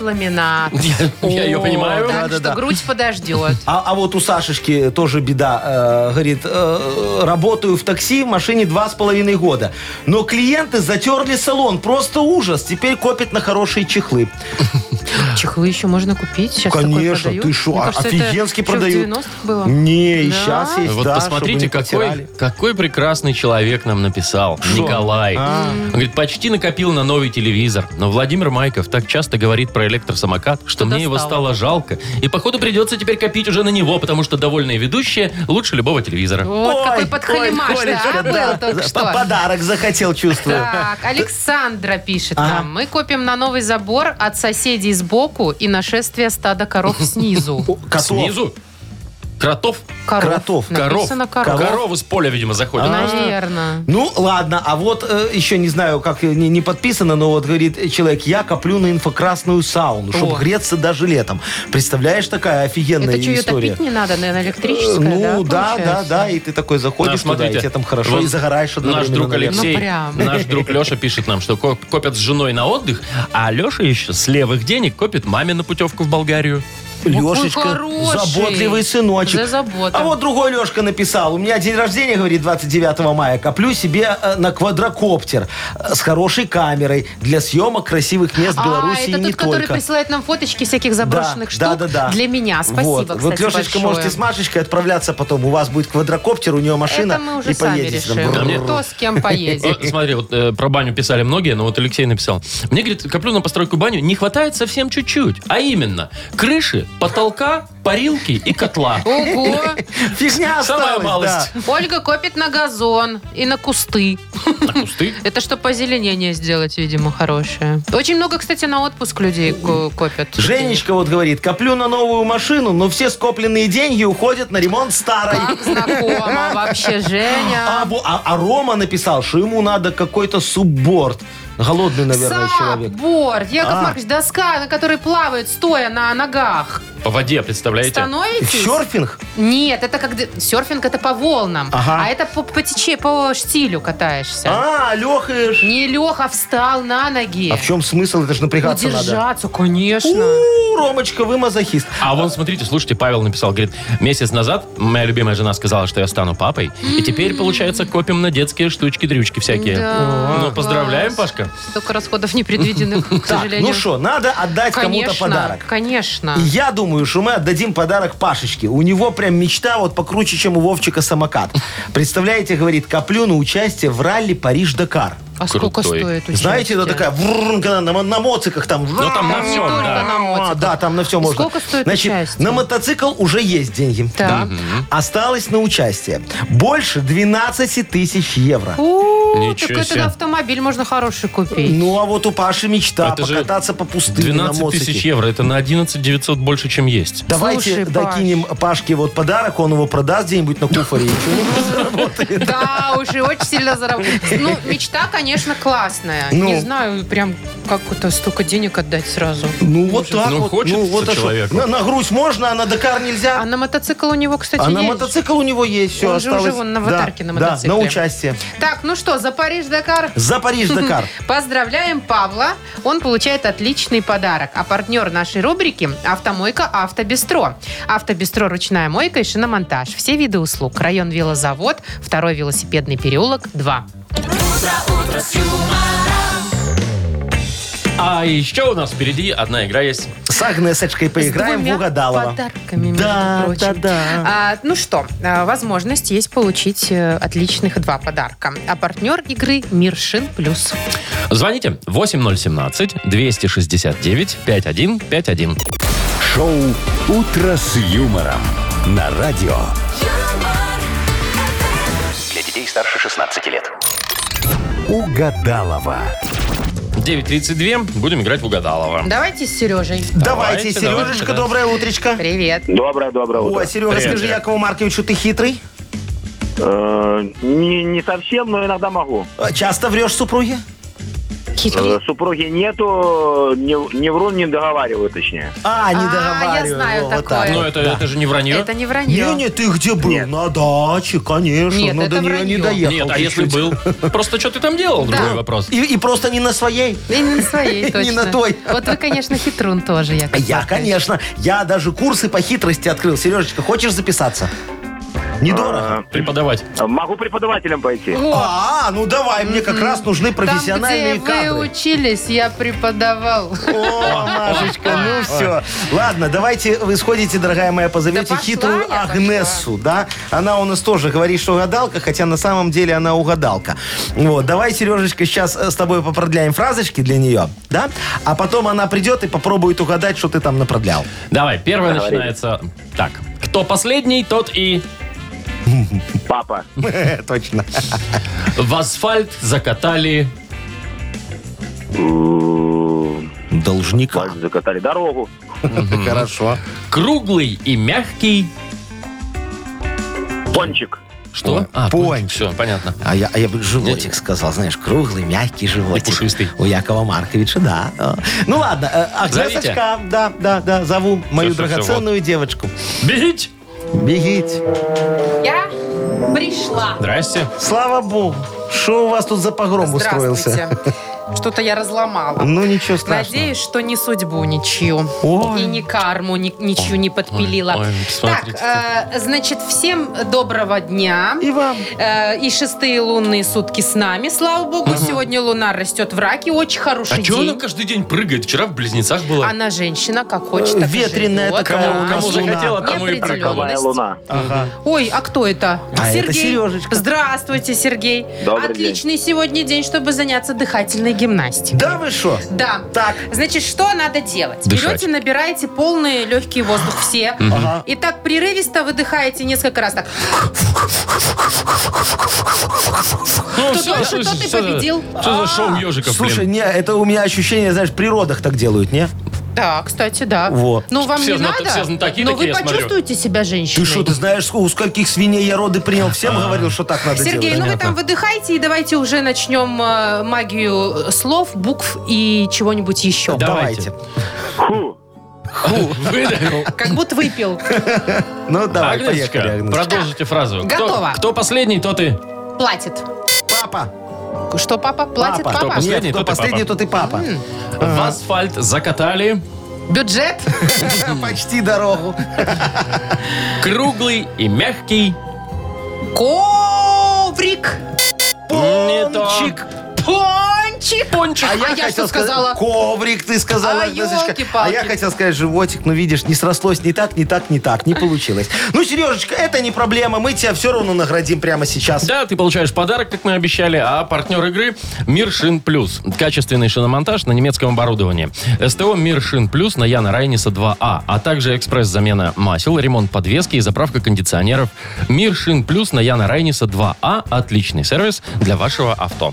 S3: ламинат.
S2: Я, я ее
S3: О,
S2: понимаю.
S3: Так
S4: Да-да-да.
S3: что грудь подождет.
S4: А, а вот у Сашечки тоже беда. Э, говорит, э, работаю в такси, в машине два с половиной года. Но клиенты затерли салон. Просто ужас. Теперь копит на хорошие чехлы.
S3: Чехлы еще можно купить. Сейчас такое
S4: Конечно,
S3: продают.
S4: ты шо,
S3: Мне
S4: а-
S3: кажется, это
S4: офигенски
S3: еще
S4: продают.
S3: в 90-х было.
S4: Не, и
S3: Да?
S4: сейчас есть,
S2: Вот
S4: да, чтобы
S2: посмотрите,
S4: не
S2: какой,
S4: потирали.
S2: какой прекрасный человек нам написал. Николай.
S4: А.
S2: Он говорит, почти накопил на новый телевизор. Но Владимир Майков так часто говорит про электросамокат, что, мне его
S7: достало.
S2: стало жалко. И походу придется теперь копить уже на него, потому что довольные ведущие лучше любого телевизора.
S3: Вот
S4: Ой,
S3: какой
S4: ой,
S3: подхалимаш, да,
S4: Колечка,
S3: был только
S4: За-
S3: что.
S4: Подарок захотел, чувствую.
S3: Так, Александра пишет
S4: Ага.
S3: нам. Мы копим на новый забор от соседей сбоку и нашествие стада коров снизу.
S4: О, котов.
S2: Снизу? Кротов?
S4: Кротов.
S2: Коров?
S3: Написано коров.
S2: Коров из поля, видимо, заходят.
S4: А.
S3: Наверное.
S4: Ну, ладно, а вот э, еще не знаю, как э, не, не подписано, но вот говорит э, человек, я коплю на инфокрасную сауну, чтобы
S3: О.
S4: греться даже летом. Представляешь, такая офигенная
S3: Это что, ее
S4: история.
S3: топить не надо, наверное, электрическая,
S4: ну, да, да,
S3: получается?
S4: да, и ты такой заходишь
S2: Наш,
S4: туда, и тебе там хорошо,
S2: вот
S4: и загораешь
S2: Наш
S4: одновременно,
S2: друг
S4: наверное.
S2: Алексей,
S3: Ну, прям.
S2: наш друг Леша пишет нам, что ко- копят с женой на отдых, а Леша еще с левых денег копит маме на путевку в Болгарию.
S3: Какой
S4: Лешечка,
S3: хороший.
S4: Ну, заботливый сыночек.
S3: За заботу.
S4: А вот другой Лешка написал. У меня день рождения, говорит, 29 мая. Коплю себе э, на квадрокоптер э, с хорошей камерой для съемок красивых мест
S3: А,
S4: Беларуси и
S3: это
S4: не
S3: тот, который
S4: только.
S3: присылает нам фоточки всяких заброшенных штук
S4: да, да, да.
S3: для меня. Спасибо,
S4: вот.
S3: кстати,
S4: Вот Лешечка,
S3: большое.
S4: можете с Машечкой отправляться потом. У вас будет квадрокоптер, у нее машина.
S3: Это мы уже
S4: и
S3: сами
S4: поедете. там.
S3: решим,
S4: Бррр.
S2: Мне-
S3: кто с кем поедет.
S2: Вот, смотри, вот э, про баню писали многие, но вот Алексей написал. Мне, говорит, коплю на постройку баню не хватает совсем чуть-чуть. А именно, крыши, потолка, парилки и котла.
S3: Ого!
S4: Фигня осталась.
S2: Самая малость.
S4: да.
S3: Ольга копит на газон и на кусты.
S2: На кусты.
S3: Это что позеленение сделать, видимо, хорошее. Очень много, кстати, на отпуск людей ко- копят.
S4: Женечка вот говорит, коплю на новую машину, но все скопленные деньги уходят на ремонт старой.
S3: Как знакомо А, вообще,
S4: А,
S3: Женя.
S4: во- а- а Рома написал, что ему надо какой-то субборд. Голодный, наверное, человек.
S3: Сапборд. Яков
S4: А.
S3: Маркович, доска, на которой плавает, стоя на ногах.
S2: По воде, представляете?
S3: Становитесь?
S4: Серфинг?
S3: Нет, это как д- серфинг, это по волнам.
S4: Ага.
S3: А это по, по тече- по штилю катаешься.
S4: А, лехаешь.
S3: Не Леха встал на ноги.
S4: А в чем смысл? Это же напрягаться надо.
S3: Удержаться, конечно.
S4: У, Ромочка, вы мазохист.
S2: А вон, смотрите, слушайте, Павел написал, говорит, месяц назад моя любимая жена сказала, что я стану папой, и теперь, получается, копим на детские штучки-дрючки всякие.
S3: Да,
S2: ну, поздравляем,
S3: класс.
S2: Пашка.
S3: Столько расходов непредвиденных, к
S4: Так,
S3: сожалению.
S4: ну что, надо отдать
S3: конечно,
S4: кому-то подарок.
S3: Конечно.
S4: И я думаю, что мы отдадим подарок Пашечке. У него прям мечта вот покруче, чем у Вовчика самокат. Представляете, говорит, коплю на участие в ралли Париж-Дакар.
S3: А сколько
S2: Крутой.
S3: стоит участие?
S4: Знаете, это такая врррн, когда на, на моциках там.
S2: Ну, там на всем,
S3: только
S2: да.
S3: на
S4: А,
S3: мотиках.
S4: да, там на все
S3: И
S4: можно.
S3: сколько стоит
S4: Значит,
S3: участие?
S4: на мотоцикл уже есть деньги.
S3: Так.
S4: Осталось на участие. Больше 12 тысяч евро.
S3: О,
S2: Ничего
S3: так это
S2: себе.
S3: на автомобиль можно хороший купить.
S4: Ну, а вот у Паши мечта
S2: Это же
S4: покататься по пустыне на
S2: 12
S4: моцике.
S2: тысяч евро, это на 11 900 больше, чем есть.
S4: Давайте
S3: Слушай, Паш.
S4: докинем Пашке вот подарок, он его продаст где-нибудь на куфоре. и что-нибудь заработает.
S3: Да, уже очень сильно заработал. Ну, мечта, конечно, классная.
S4: Ну.
S3: Не знаю, прям как это столько денег отдать сразу.
S4: Ну, вот так
S2: ну,
S4: вот.
S2: хочется
S4: вот а что?
S2: человеку.
S4: На, на грудь можно, а на Дакар
S3: А
S4: нельзя.
S3: на мотоцикл у него, кстати,
S4: А на
S3: есть.
S4: мотоцикл у него есть, все
S3: Он же уже
S4: осталось.
S3: вон на
S4: Да,
S3: аватарке на мотоцикле.
S4: Да, на участие.
S3: Так, ну что, за Париж-Дакар?
S4: За Париж-Дакар.
S3: Поздравляем Павла. Он получает отличный подарок. А партнер нашей рубрики – автомойка «Автобестро». «Автобестро» – ручная мойка и шиномонтаж. Все виды услуг. Район «Велозавод», второй велосипедный переулок, 2.
S2: А еще у нас впереди одна игра есть.
S4: С Агнесочкой поиграем
S3: С
S4: в
S3: двумя
S4: угадалово.
S3: подарками, между
S4: Да,
S3: прочим.
S4: да, да.
S3: А, ну что, а, возможность есть получить э, отличных два подарка. А партнер игры «Мир Шин Плюс».
S2: Звоните 8017-269-5151.
S1: Шоу «Утро с юмором» на радио.
S5: Для детей старше 16 лет.
S1: Угадалова.
S2: 9.32. Будем играть в угадалово.
S3: Давайте с Сережей.
S4: Давайте,
S2: Давайте, давайте,
S4: Сережечка,
S2: да.
S4: доброе утречко.
S3: Привет.
S9: Доброе, доброе утро.
S4: О, Серега,
S2: Привет,
S4: скажи
S2: Серега.
S4: Якову Марковичу, ты хитрый?
S9: Э, не, не совсем, но иногда могу.
S4: А, Часто врешь супруге?
S9: Э, супруги нету, не, не вру, не договариваю, точнее.
S4: А, не
S3: А, я
S4: договариваю.
S3: знаю
S4: Во, вот
S3: такое.
S4: так.
S2: Ну, это, это же не вранье.
S3: Это не вранье.
S4: Не-не, ты где был?
S9: Нет.
S4: На даче, конечно.
S3: Нет,
S4: но
S3: это
S4: до нее
S3: вранье.
S4: не доехал.
S2: Нет, а
S4: чуть-чуть.
S2: если был? Просто что ты там делал? Другой
S3: Да.
S2: вопрос.
S4: И, и просто не на своей.
S3: И не на своей,
S4: Не
S3: точно.
S4: на той.
S3: Вот вы, конечно, хитрун тоже, Яков
S4: Я,
S3: Маркович.
S4: конечно. Я даже курсы по хитрости открыл. Сережечка, хочешь записаться? Недорого.
S2: Преподавать.
S9: А, Могу преподавателем пойти.
S7: О,
S4: А, ну давай, мне как раз нужны
S3: Там, где
S4: профессиональные
S3: вы
S4: кадры.
S3: учились, я преподавал.
S4: О, Машечка, ну все. Ладно, давайте вы сходите, дорогая моя, позовете
S3: Да пошла
S4: хитрую
S3: я,
S4: Агнесу, да? Она у нас тоже говорит, что гадалка, хотя на самом деле она угадалка. Вот, давай, Сережечка, сейчас с тобой попродляем фразочки для нее, да? А потом она придет и попробует угадать, что ты там напродлял.
S2: Давай, первое
S9: Говори.
S2: начинается так. Кто последний, тот и
S9: Папа,
S4: Точно.
S2: в асфальт закатали.
S9: м,
S4: Должника.
S9: вас закатали дорогу.
S4: Хорошо.
S2: Круглый и мягкий.
S9: Пончик.
S2: Что?
S4: Ой,
S2: а,
S4: пончик.
S2: Все, понятно.
S4: А я, а я бы животик сказал, знаешь, круглый, мягкий животик.
S2: И пушистый.
S4: У Якова Марковича, да. А. Ну ладно, э, Агнесочка, да, да, да, зову мою
S2: всё, всё,
S4: драгоценную девочку.
S2: Бегите!
S4: Бегите.
S3: Я пришла.
S2: Здрасте.
S4: Слава богу. Что у вас тут за погром устроился?
S3: Здравствуйте. Что-то я разломала.
S4: Ну ничего страшного.
S3: Надеюсь, что не судьбу ничью.
S4: Ой.
S3: И не карму ни- ничью не подпилила.
S2: Ой, ой,
S3: так,
S2: смотрите.
S3: э, значит, всем доброго дня.
S4: И вам.
S3: Э, и шестые лунные сутки с нами. Слава богу, сегодня луна растет в раке. Очень хороший
S2: А чего она
S3: день.
S2: каждый день прыгает? Вчера в близнецах была.
S3: Она женщина, как хочет. так и
S4: ветреная
S3: живет.
S4: такая у нас
S2: Кому
S4: луна.
S2: захотела, тому и
S3: Неопределенность.
S2: прыгала.
S9: Новая Э, луна.
S3: Ой, а кто это?
S4: А это Сережечка.
S3: Здравствуйте, Сергей.
S9: Добрый день.
S3: Отличный сегодня день, чтобы заняться дыхательной гимнастикой.
S4: Да вы что?
S3: Да.
S4: Так.
S3: Значит, что надо делать?
S2: Дышать.
S3: Берете, набираете полные легкие воздух все. И так прерывисто выдыхаете несколько раз. Так.
S2: Ну,
S3: Кто дольше,
S2: что-
S3: тот
S2: что
S3: и
S2: за-
S3: победил. А.
S2: Что за шоу ежиков,
S4: Слушай,
S2: блин?
S4: не, это у меня ощущение, знаешь, в природах так делают, не?
S3: Да, кстати, да.
S4: Во.
S3: Ну, вам
S2: Все
S3: не
S2: зна-
S3: надо,
S2: все знатоки
S3: но
S2: такие,
S3: вы
S2: я смотрю.
S3: почувствуете себя женщиной.
S4: Ты что, ты знаешь, у скольких свиней я роды принял? Всем
S2: А.
S4: говорил, что так надо
S3: Сергей,
S4: делать.
S3: ну вы там выдыхайте и давайте уже начнем э, магию слов, букв и чего-нибудь еще.
S4: Давайте.
S9: Ху.
S2: Выдохнул.
S3: Как будто выпил.
S4: Ну давай,
S2: Агнесочка,
S4: поехали, Агнесочка.
S2: продолжите фразу. Кто-
S3: Готово.
S2: Кто последний, тот и...
S3: Платит.
S4: Папа.
S3: Что папа? Платит
S4: Папа.
S3: папа?
S2: Кто
S4: Нет,
S2: последний,
S4: кто последний,
S2: тот
S4: тот и папа.
S2: В асфальт закатали
S3: Бюджет?
S4: Почти дорогу.
S2: круглый и мягкий
S3: Коврик.
S2: Не то.
S4: Пончик.
S3: Пончик. Пончик. А я, что сказала?
S4: Коврик, ты сказала.
S3: А,
S4: Агнесочка.
S3: ёлки-палки.
S4: А я хотел сказать животик, но видишь, не срослось не так, не так, не так, не получилось. Ну, Сережечка, это не проблема, мы тебя все равно наградим прямо сейчас.
S2: Да, ты получаешь подарок, как мы обещали, а партнер игры «Мир Шин Плюс». Качественный шиномонтаж на немецком оборудовании. СТО «Мир Шин Плюс» на Яна Райниса 2А, а также экспресс-замена масел, ремонт подвески и заправка кондиционеров. «Мир Шин Плюс» на Яна Райниса 2А. Отличный сервис для вашего авто.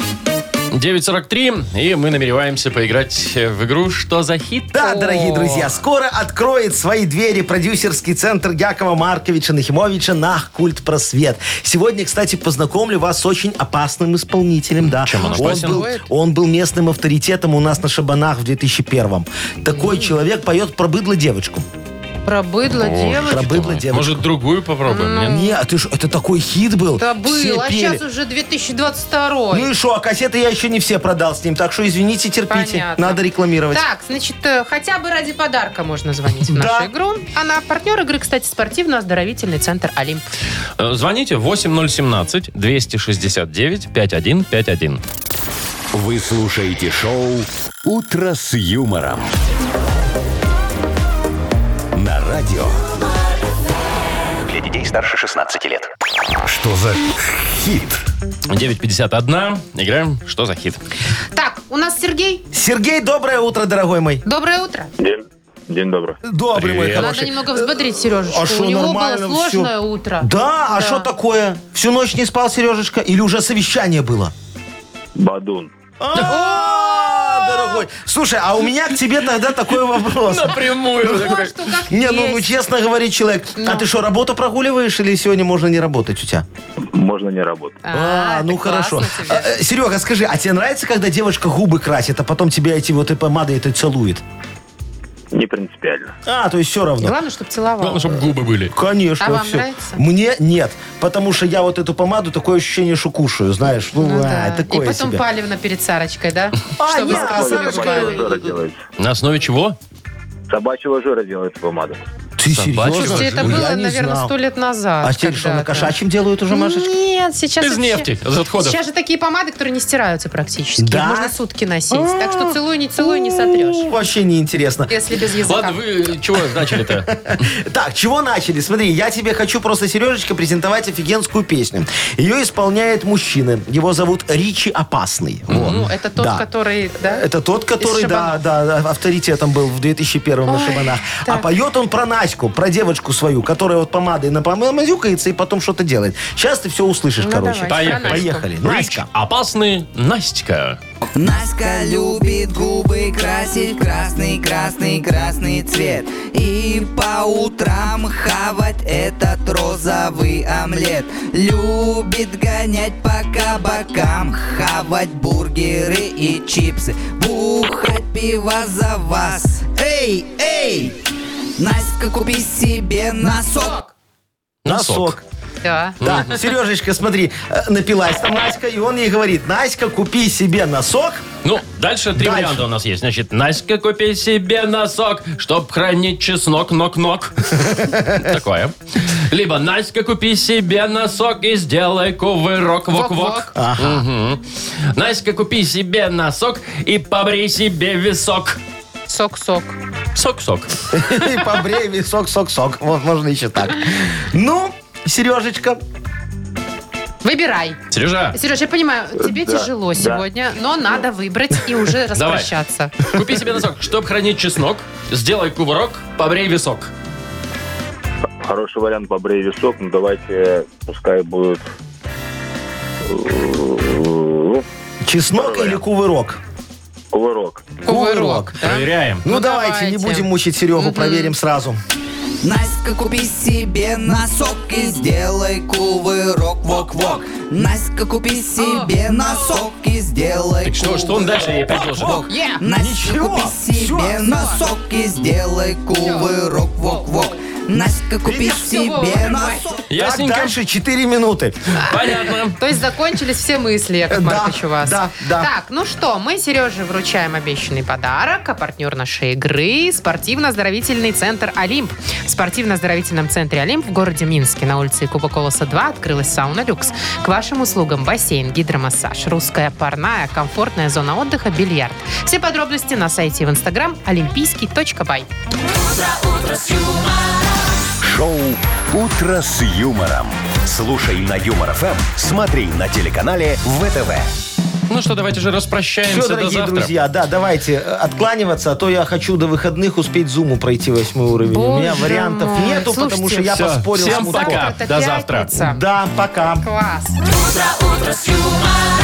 S2: 9.43, и мы намереваемся поиграть э, в игру «Что за хит?»
S4: Да, дорогие друзья, скоро откроет свои двери продюсерский центр Якова Марковича Нахимовича на культ просвет. Сегодня, кстати, познакомлю вас с очень опасным исполнителем. Да. Чем
S2: он
S4: он,
S2: опасен?
S4: был, он был местным авторитетом у нас на Шабанах в 2001 Такой человек поет про быдло девочку.
S3: Про быдло
S4: Про
S3: девочка.
S4: быдло девочку.
S2: Может, другую попробуем? Нет?
S4: Нет, ты ж, это такой хит был.
S3: Да
S4: Все
S3: было, а
S4: пели.
S3: сейчас уже 2022.
S4: Ну и шо, а кассеты я еще не все продал с ним, так что извините, терпите.
S3: Понятно.
S4: Надо рекламировать.
S3: Так, значит, э, хотя бы ради подарка можно звонить в нашу
S4: Да.
S3: игру. Она партнер игры, кстати, спортивно-оздоровительный центр «Олимп».
S2: Э, Звоните 8017-269-5151.
S1: Вы слушаете шоу «Утро с юмором» на радио.
S5: Для детей старше 16 лет.
S1: Что за хит?
S2: 9.51. Играем «Что за хит?»
S3: Так, у нас Сергей.
S4: Сергей, доброе утро, дорогой мой.
S3: Доброе утро.
S9: День, день добрый.
S4: Добрый мой
S2: Привет.
S4: хороший.
S3: Надо немного взбодрить Сережечку.
S4: а шо,
S3: у него было
S4: нормально всё?
S3: сложное утро.
S4: Да, а что такое? Всю ночь не спал, Сережечка? Или уже совещание было?
S9: Бадун.
S4: А, Дорогой. Слушай, а у меня к тебе тогда такой вопрос.
S2: Напрямую.
S3: Ну, а что, как
S4: Не, ну,
S3: есть.
S4: ну честно говорит человек,
S3: Ну.
S4: а ты что, работу прогуливаешь или сегодня можно не работать у тебя?
S9: Можно не работать.
S4: А,
S3: это
S4: ну
S3: классно
S4: хорошо.
S3: тебе.
S4: А, э, Серега, скажи, а тебе нравится, когда девочка губы красит, а потом тебя эти вот и помадой этой целует?
S9: Не Не принципиально.
S4: А, то есть все равно.
S3: Главное, чтобы целовал.
S2: Главное, чтобы губы были.
S4: Конечно,
S3: А вам
S4: всё.
S3: нравится?
S4: Мне нет, потому что я вот эту помаду такое ощущение, что кушаю, знаешь, ну,
S3: Ну
S4: а,
S3: да.
S4: такое
S3: И потом
S4: себе.
S3: палевно перед Сарочкой, да?
S4: А,
S3: Чтобы
S4: нет,
S3: сказали,
S4: Сарочка,
S3: какая-
S9: жира делается.
S2: На основе чего?
S9: Собачьего жира делается помада.
S4: Ты
S2: Собачьего
S4: серьезно?
S3: Слушайте, это
S2: ну,
S4: Я
S3: было,
S4: не
S3: наверное,
S4: знал.
S3: сто лет назад.
S4: А теперь что, на
S3: когда-то.
S4: кошачьем делают уже, Машечка?
S3: Нет, сейчас...
S2: Из
S3: вообще-
S2: нефти, из отходов.
S3: Сейчас же такие помады, которые не стираются практически.
S4: Да?
S3: Их можно сутки носить. Так что целуй, не целуй, не сотрешь.
S4: Вообще неинтересно.
S3: Если без языка.
S2: Ладно, вы чего начали-то?
S4: Так, чего начали? Смотри, я тебе хочу просто, Сережечка, презентовать офигенскую песню. Ее исполняет мужчина. Его зовут Ричи Опасный. Во.
S3: Ну, это тот,
S4: Да.
S3: который, да?
S4: Это тот, который,
S3: Из
S4: да,
S3: Шабанов.
S4: да, да, авторитетом был в 2001 на
S3: Ой,
S4: Шабанах. А
S3: так.
S4: поет он про Наську, про девочку свою, которая вот помадой напомазюкается и потом что-то делает. Сейчас ты все услышишь,
S3: Ну,
S4: короче.
S3: давай.
S2: Поехали.
S4: Поехали. Наська.
S2: Опасные Настя.
S10: Наська любит губы красить в красный, красный, красный цвет И по утрам хавать этот розовый омлет Любит гонять по кабакам Хавать бургеры и чипсы Бухать пиво за вас Эй, эй! Наська, купи себе носок
S4: Носок.
S3: Да.
S4: Да, Сережечка, смотри, э, напилась там Наська, и он ей говорит, Наська, купи себе носок.
S2: Ну, дальше три
S4: Дальше.
S2: варианта у нас есть. Значит, Наська, купи себе носок, чтоб хранить чеснок нок-нок. Такое. Либо Наська, купи себе носок и сделай кувырок вок-вок. Мгм. Наська, купи себе носок и побри себе висок.
S3: Сок-сок.
S2: Сок-сок.
S4: И побрей весь сок-сок-сок. Вот можно еще так. Ну, Сережечка,
S3: Выбирай.
S2: Сережа,
S3: Сереж, я понимаю, тебе тяжело сегодня, но надо выбрать и уже распрощаться.
S2: купи себе носок, чтоб хранить чеснок, сделай кувырок, побрей висок.
S9: Хороший вариант побрей висок, но давайте пускай будет... э,
S4: чеснок или кувырок?
S9: Кувырок.
S3: Кувырок. да?
S2: Проверяем.
S4: Ну,
S3: Ну,
S4: давайте, не
S3: давайте.
S4: будем мучить Серегу, проверим сразу.
S10: Наська, купи себе носок и сделай кувырок, вок-вок. Наська, купи себе носок и сделай
S2: Так что, что он
S10: кувырок,
S2: дальше ей предложит?
S10: вок-вок.
S3: Е!
S10: Наська,
S4: Ничего,
S10: купи себе
S4: всё.
S10: носок и сделай кувырок, вок-вок. Наська, купи себе носок.
S4: Так,
S2: Ясненько?
S4: дальше 4 минуты.
S2: Понятно.
S3: То есть закончились все мысли, Яков
S4: Да,
S3: Маркович, у вас.
S4: да, да.
S3: Так, ну что, мы Сереже вручаем обещанный подарок, а партнер нашей игры – спортивно-оздоровительный центр «Олимп». В спортивно-оздоровительном центре «Олимп» в городе Минске на улице Куба Колоса 2 открылась сауна «Люкс». К вашим услугам бассейн, гидромассаж, русская парная, комфортная зона отдыха, бильярд. Все подробности на сайте и в инстаграм олимпийский.бай.
S1: Шоу «Утро с юмором». Слушай на Юмор ФМ, смотри на телеканале ВТВ.
S2: Ну что, давайте же
S4: Все,
S2: распрощаемся до
S4: дорогие
S2: завтра.
S4: друзья, да, давайте э, откланиваться, а то я хочу до выходных успеть зуму пройти восьмой уровень. У меня
S3: Боже
S4: вариантов
S3: мой.
S4: нету, потому что
S3: Слушайте,
S4: я
S2: всё,
S4: поспорил
S2: всем
S4: с мудром.
S2: пока. До завтра.
S4: Да, пока.
S3: Класс.
S10: Утро, утро с юмором.